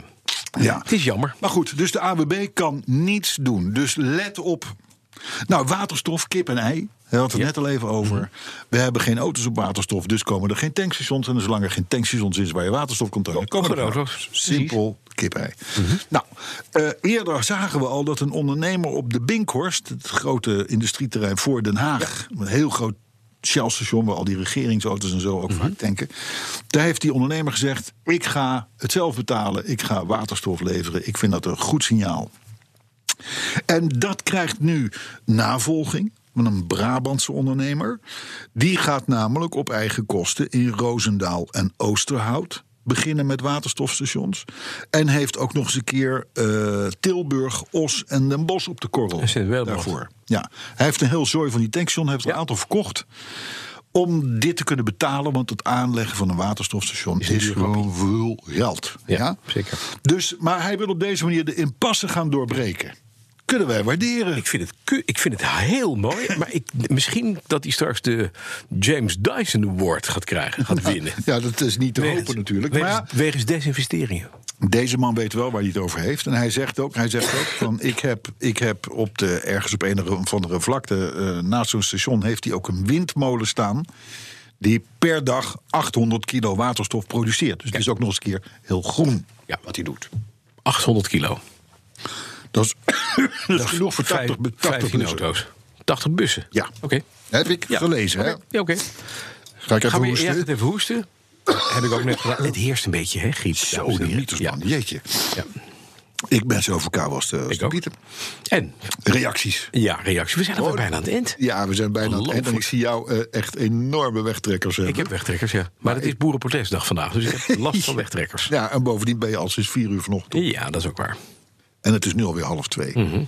Speaker 2: Ja.
Speaker 5: Het is jammer.
Speaker 2: Maar goed, dus de AWB kan niets doen. Dus let op. Nou, waterstof, kip en ei. We hadden het net al even over. We hebben geen auto's op waterstof, dus komen er geen tankstations. En zolang er geen tankstations is waar je waterstof kan tanken, komen er
Speaker 5: geen
Speaker 2: auto's.
Speaker 5: auto's. Precies.
Speaker 2: Simpel kippenei. Nou, eh, eerder zagen we al dat een ondernemer op de Binkhorst... het grote industrieterrein voor Den Haag... een heel groot Shell-station waar al die regeringsauto's en zo ook vaak tanken... daar heeft die ondernemer gezegd... ik ga het zelf betalen, ik ga waterstof leveren. Ik vind dat een goed signaal. En dat krijgt nu navolging van een Brabantse ondernemer. Die gaat namelijk op eigen kosten in Roosendaal en Oosterhout beginnen met waterstofstations. En heeft ook nog eens een keer eh, Tilburg, Os en Den Bosch op de korrel.
Speaker 5: zit wel wat.
Speaker 2: daarvoor. Ja. Hij heeft een heel zooi van die tankstation, heeft er een aantal verkocht. Om dit te kunnen betalen, want het aanleggen van een waterstofstation is, gewoon veel geld.
Speaker 5: Ja, zeker.
Speaker 2: Dus, maar hij wil op deze manier de impasse gaan doorbreken. Kunnen wij waarderen.
Speaker 5: Ik vind, het, ku- ik vind het heel mooi, maar ik, misschien dat hij straks de James Dyson Award gaat krijgen, gaat winnen.
Speaker 2: Ja, dat is niet te hopen natuurlijk. Maar
Speaker 5: Wegens,
Speaker 2: ja,
Speaker 5: wegens desinvesteringen.
Speaker 2: deze man weet wel waar hij het over heeft. En hij zegt ook, hij zegt ook van ik heb, ik heb op de, ergens op een of andere vlakte eh, naast zo'n station... heeft hij ook een windmolen staan die per dag 800 kilo waterstof produceert. Dus het is ook nog eens een keer heel groen
Speaker 5: Ja.
Speaker 2: wat hij doet.
Speaker 5: 800 kilo.
Speaker 2: Dat is, dat is genoeg voor 80,
Speaker 5: Vijf-
Speaker 2: bu- 80
Speaker 5: 15
Speaker 2: bussen.
Speaker 5: auto's. 80 bussen?
Speaker 2: Ja.
Speaker 5: Oké.
Speaker 2: Heb ik
Speaker 5: Ja.
Speaker 2: gelezen, hè?
Speaker 5: Oké. Ja, oké.
Speaker 2: Ga ik even
Speaker 5: Gaan we ja,
Speaker 2: hoesten?
Speaker 5: gaat even hoesten? Heb ik ook net gedaan. Het heerst een beetje, hè, griep.
Speaker 2: Zo, die rieters,
Speaker 5: ja.
Speaker 2: man. Jeetje.
Speaker 5: ja.
Speaker 2: Ik ben zo verkouden als de, als
Speaker 5: Ik
Speaker 2: de
Speaker 5: ook.
Speaker 2: Pieter.
Speaker 5: En,
Speaker 2: Reacties.
Speaker 5: ja, reactie. We zijn er
Speaker 2: Oh,
Speaker 5: weer bijna aan het eind.
Speaker 2: Ja, we zijn bijna aan het eind. En ik zie jou eh, echt enorme wegtrekkers hebben.
Speaker 5: Ik heb wegtrekkers, ja. Maar het is boerenprotestdag vandaag, dus ik heb last van wegtrekkers.
Speaker 2: Ja, en bovendien ben je al sinds vier uur vanochtend. op.
Speaker 5: Ja, dat is ook waar.
Speaker 2: En het is nu alweer half twee.
Speaker 5: Mhm.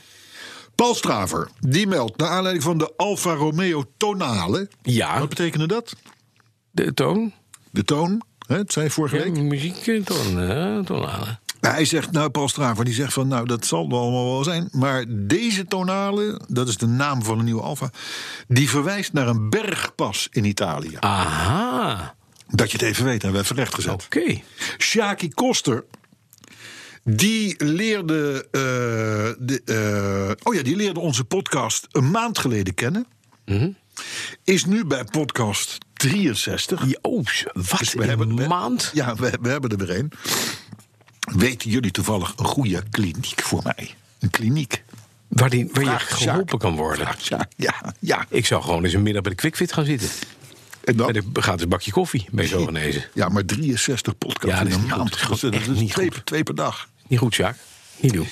Speaker 2: Paul Straver, die meldt naar aanleiding van de Alfa Romeo tonale.
Speaker 5: Ja,
Speaker 2: Wat betekende dat?
Speaker 5: de toon.
Speaker 2: De toon, hè, het zei je vorige
Speaker 5: Ja,
Speaker 2: week.
Speaker 5: muziek, eh, toon, eh, tonale.
Speaker 2: Nou, hij zegt, nou, Paul Straver, die zegt van, nou, dat zal wel allemaal wel zijn. Maar deze tonale, dat is de naam van een nieuwe Alfa... die verwijst naar een bergpas in Italië.
Speaker 5: Aha,
Speaker 2: Dat je het even weet, hebben we even rechtgezet.
Speaker 5: oké.
Speaker 2: Shaki Koster. Die leerde, eh, de, eh, oh ja, die leerde onze podcast een maand geleden kennen.
Speaker 5: Mhm.
Speaker 2: Is nu bij podcast 63.
Speaker 5: Ja, Oh, z- wat,
Speaker 2: Dus
Speaker 5: een
Speaker 2: we-
Speaker 5: maand?
Speaker 2: Ja, we, we hebben er weer een. Weten jullie toevallig een goede kliniek voor mij? Een kliniek.
Speaker 5: Waar, die, waar je
Speaker 2: Vraag Sjaak.
Speaker 5: geholpen kan worden.
Speaker 2: Ja, ja. ja.
Speaker 5: Ik zou gewoon eens een middag bij de QuickFit gaan zitten.
Speaker 2: En dan?
Speaker 5: Met een gratis bakje koffie bij zo'n genezen.
Speaker 2: Ja, maar 63 podcasts
Speaker 5: Ja, dat
Speaker 2: in
Speaker 5: is
Speaker 2: een
Speaker 5: niet goed.
Speaker 2: maand.
Speaker 5: Dat is
Speaker 2: Dat is
Speaker 5: echt niet
Speaker 2: twee,
Speaker 5: goed.
Speaker 2: per- twee per dag.
Speaker 5: Niet goed, Sjaak. Niet doen.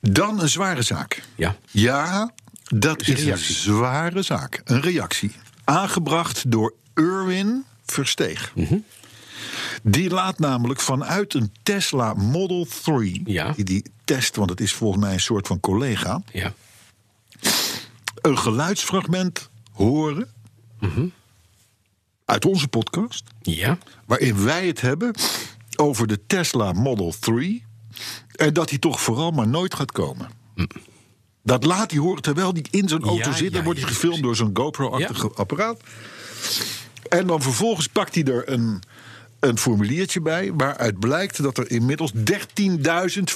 Speaker 2: Dan een zware zaak.
Speaker 5: Ja.
Speaker 2: Ja, dat is
Speaker 5: een
Speaker 2: een,
Speaker 5: reactie.
Speaker 2: zware zaak. Een reactie. Aangebracht door Erwin Versteeg. Die laat namelijk vanuit een Tesla Model 3,
Speaker 5: Ja.
Speaker 2: die die test, want het is volgens mij een soort van collega,
Speaker 5: Ja.
Speaker 2: een geluidsfragment horen uit onze podcast,
Speaker 5: Ja.
Speaker 2: waarin wij het hebben over de Tesla Model 3 en dat die toch vooral maar nooit gaat komen. Dat laat hij horen terwijl hij in zo'n auto
Speaker 5: Hm. Ja,
Speaker 2: zit. Dan
Speaker 5: ja,
Speaker 2: wordt hij
Speaker 5: ja,
Speaker 2: gefilmd door zo'n GoPro-achtig apparaat. En dan vervolgens pakt hij er een, een formuliertje bij... waaruit blijkt dat er inmiddels 13.587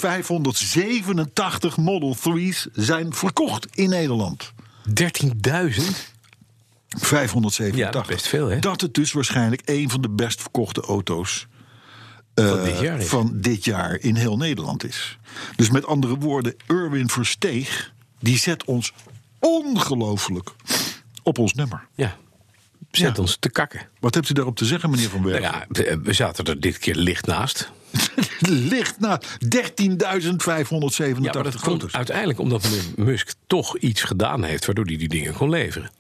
Speaker 2: Model 3's zijn verkocht in Nederland.
Speaker 5: 13.000?
Speaker 2: 587.
Speaker 5: Ja, dat is best veel, hè?
Speaker 2: Dat het dus waarschijnlijk een van de best verkochte auto's
Speaker 5: Van dit jaar.
Speaker 2: eh,
Speaker 5: is.
Speaker 2: van dit jaar in heel Nederland is. Dus met andere woorden, Erwin Versteeg... die zet ons ongelooflijk op ons nummer.
Speaker 5: Ja. Zet ons te kakken.
Speaker 2: Wat hebt u daarop te zeggen, meneer Van Berg?
Speaker 5: Nou ja, we- we zaten er dit keer licht naast.
Speaker 2: Ligt na 13.587
Speaker 5: Ja, maar dat
Speaker 2: auto's.
Speaker 5: komt uiteindelijk omdat meneer Musk toch iets gedaan heeft... waardoor hij die dingen kon leveren.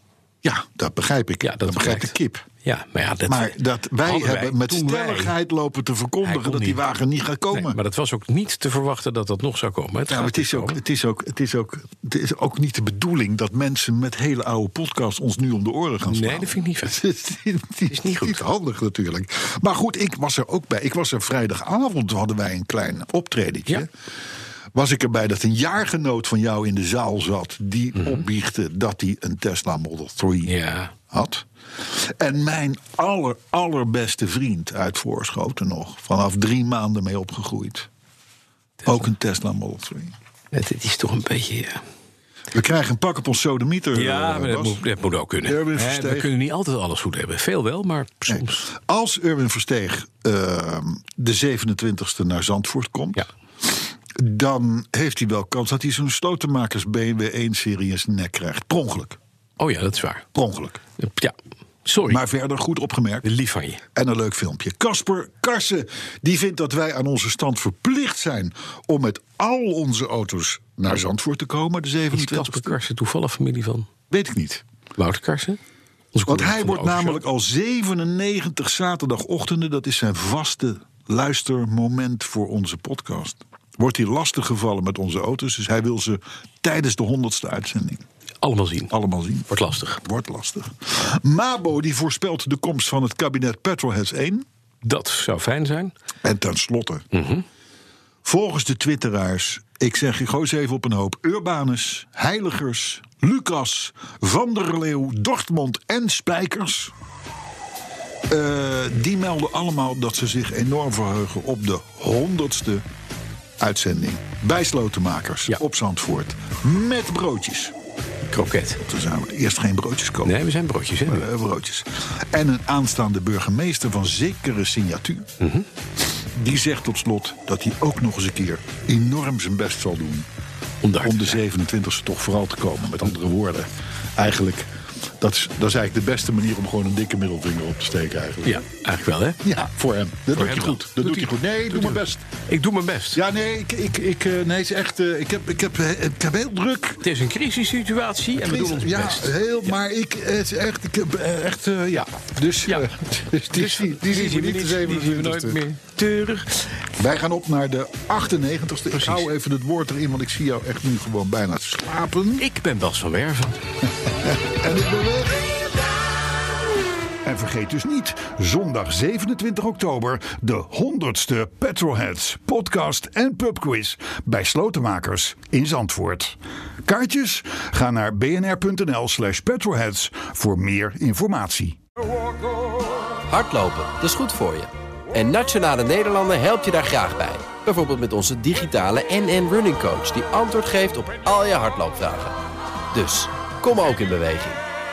Speaker 2: Ja, dat begrijp ik.
Speaker 5: Ja,
Speaker 2: dat
Speaker 5: dat
Speaker 2: begrijpt de
Speaker 5: blijkt.
Speaker 2: kip.
Speaker 5: Ja, maar ja, dat,
Speaker 2: Maar dat wij
Speaker 5: hadden
Speaker 2: hebben met
Speaker 5: toen wij-
Speaker 2: stelligheid lopen te
Speaker 5: Hij
Speaker 2: verkondigen...
Speaker 5: kon
Speaker 2: dat die
Speaker 5: niet.
Speaker 2: wagen niet gaat komen.
Speaker 5: Nee, maar dat was ook niet te verwachten dat dat nog zou komen. Het
Speaker 2: Ja,
Speaker 5: gaat
Speaker 2: maar het
Speaker 5: dus
Speaker 2: is, ook,
Speaker 5: komen.
Speaker 2: het, is ook, het, is ook, het is ook niet de bedoeling dat mensen met hele oude podcasts ons nu om de oren gaan slaan.
Speaker 5: Nee, dat vind ik niet fijn.
Speaker 2: Het is niet- het is
Speaker 5: niet goed.
Speaker 2: niet handig natuurlijk. Maar goed, ik was er ook bij. Ik was er vrijdagavond, hadden wij een klein optredentje.
Speaker 5: Ja.
Speaker 2: Was ik erbij dat een jaargenoot van jou in de zaal zat... die opbiechte dat hij een Tesla Model 3
Speaker 5: Mhm. Ja.
Speaker 2: had. En mijn aller, allerbeste vriend uit Voorschoten nog... vanaf drie maanden mee opgegroeid. Ook een Tesla Model 3.
Speaker 5: Het, het is toch een beetje... eh,
Speaker 2: We krijgen een pak op ons sodemieter.
Speaker 3: Ja,
Speaker 2: eh,
Speaker 3: maar dat
Speaker 2: Bas.
Speaker 3: moet, dat moet ook kunnen.
Speaker 2: Erwin
Speaker 3: Hè, we
Speaker 2: Versteeg.
Speaker 3: kunnen niet altijd alles goed hebben. Veel wel, maar soms.
Speaker 2: Als Urban Versteeg eh, de 27e naar Zandvoort komt...
Speaker 3: Ja.
Speaker 2: dan heeft hij wel kans dat hij zo'n slotenmakers BMW 1-serie in zijn nek krijgt. Per ongeluk.
Speaker 3: Oh ja, dat is waar.
Speaker 2: Per ongeluk.
Speaker 3: Ja, sorry.
Speaker 2: Maar verder goed opgemerkt.
Speaker 3: Lief van je.
Speaker 2: En een leuk filmpje. Casper Karsen die vindt dat wij aan onze stand verplicht zijn... om met al onze auto's naar Zandvoort te komen, de
Speaker 3: Is
Speaker 2: 27e.
Speaker 3: Casper Karsen toevallig familie van
Speaker 2: Weet ik niet.
Speaker 3: Wouter Karsen?
Speaker 2: Want hij wordt namelijk al 97 zaterdagochtenden, dat is zijn vaste luistermoment voor onze podcast. Wordt hij lastiggevallen met onze auto's, dus hij wil ze tijdens de 100ste uitzending
Speaker 3: Allemaal zien.
Speaker 2: allemaal zien.
Speaker 3: Wordt lastig.
Speaker 2: Wordt lastig. Mabo die voorspelt de komst van het kabinet Petrolheads 1.
Speaker 3: Dat zou fijn zijn.
Speaker 2: En tenslotte, volgens de twitteraars, ik zeg je gooi ze even op een hoop... Urbanus, Heiligers, Lucas, Van der Leeuw, Dortmund en Spijkers... eh, die melden allemaal dat ze zich enorm verheugen op de honderdste uitzending. Bij Slotenmakers
Speaker 3: Ja.
Speaker 2: op Zandvoort. Met broodjes.
Speaker 3: Kroket.
Speaker 2: Toen zouden we eerst geen broodjes kopen.
Speaker 3: Nee, we zijn broodjes. Hè?
Speaker 2: Eh, broodjes. En een aanstaande burgemeester van zekere signatuur. Die zegt tot slot dat hij ook nog eens een keer enorm zijn best zal doen.
Speaker 3: Om daar
Speaker 2: Om
Speaker 3: te
Speaker 2: de 27e toch vooral te komen. Met andere woorden, eigenlijk. Dat is, dat is eigenlijk de beste manier om gewoon een dikke middelvinger op te steken eigenlijk.
Speaker 3: Ja, eigenlijk wel, hè?
Speaker 2: Ja, voor hem. Dat doet
Speaker 3: hem
Speaker 2: hij
Speaker 3: wel.
Speaker 2: goed. Dat doet hij goed. Nee, doe
Speaker 3: hij
Speaker 2: mijn best.
Speaker 3: Ik doe mijn best.
Speaker 2: Ja, nee, ik, ik, ik, eh, nee, het is echt, eh, ik, heb, ik, heb, eh, ik heb heel druk.
Speaker 3: Het is een crisissituatie en we doen ons
Speaker 2: ja, eh,
Speaker 3: best.
Speaker 2: heel, maar ik, het is echt, ik heb eh, echt, eh, ja. Dus,
Speaker 3: Ja.
Speaker 2: eh, dus die,
Speaker 3: Dus
Speaker 2: die, die zien we niet, de
Speaker 3: die zien we nooit
Speaker 2: 27e.
Speaker 3: meer terug.
Speaker 2: Wij gaan op naar de 98 e Ik hou even het woord erin, want ik zie jou echt nu gewoon bijna slapen.
Speaker 3: Ik ben Bas van Werven.
Speaker 2: En ik ben weg. En vergeet dus niet, zondag 27 oktober, de 100ste Petrolheads podcast en pubquiz bij Slotenmakers in Zandvoort. Kaartjes? Ga naar bnr.nl slash petrolheads voor meer informatie.
Speaker 6: Hardlopen, dat is goed voor je. En Nationale Nederlanden helpt je daar graag bij. Bijvoorbeeld met onze digitale NN Running Coach... die antwoord geeft op al je hardloopvragen. Dus, kom ook in beweging.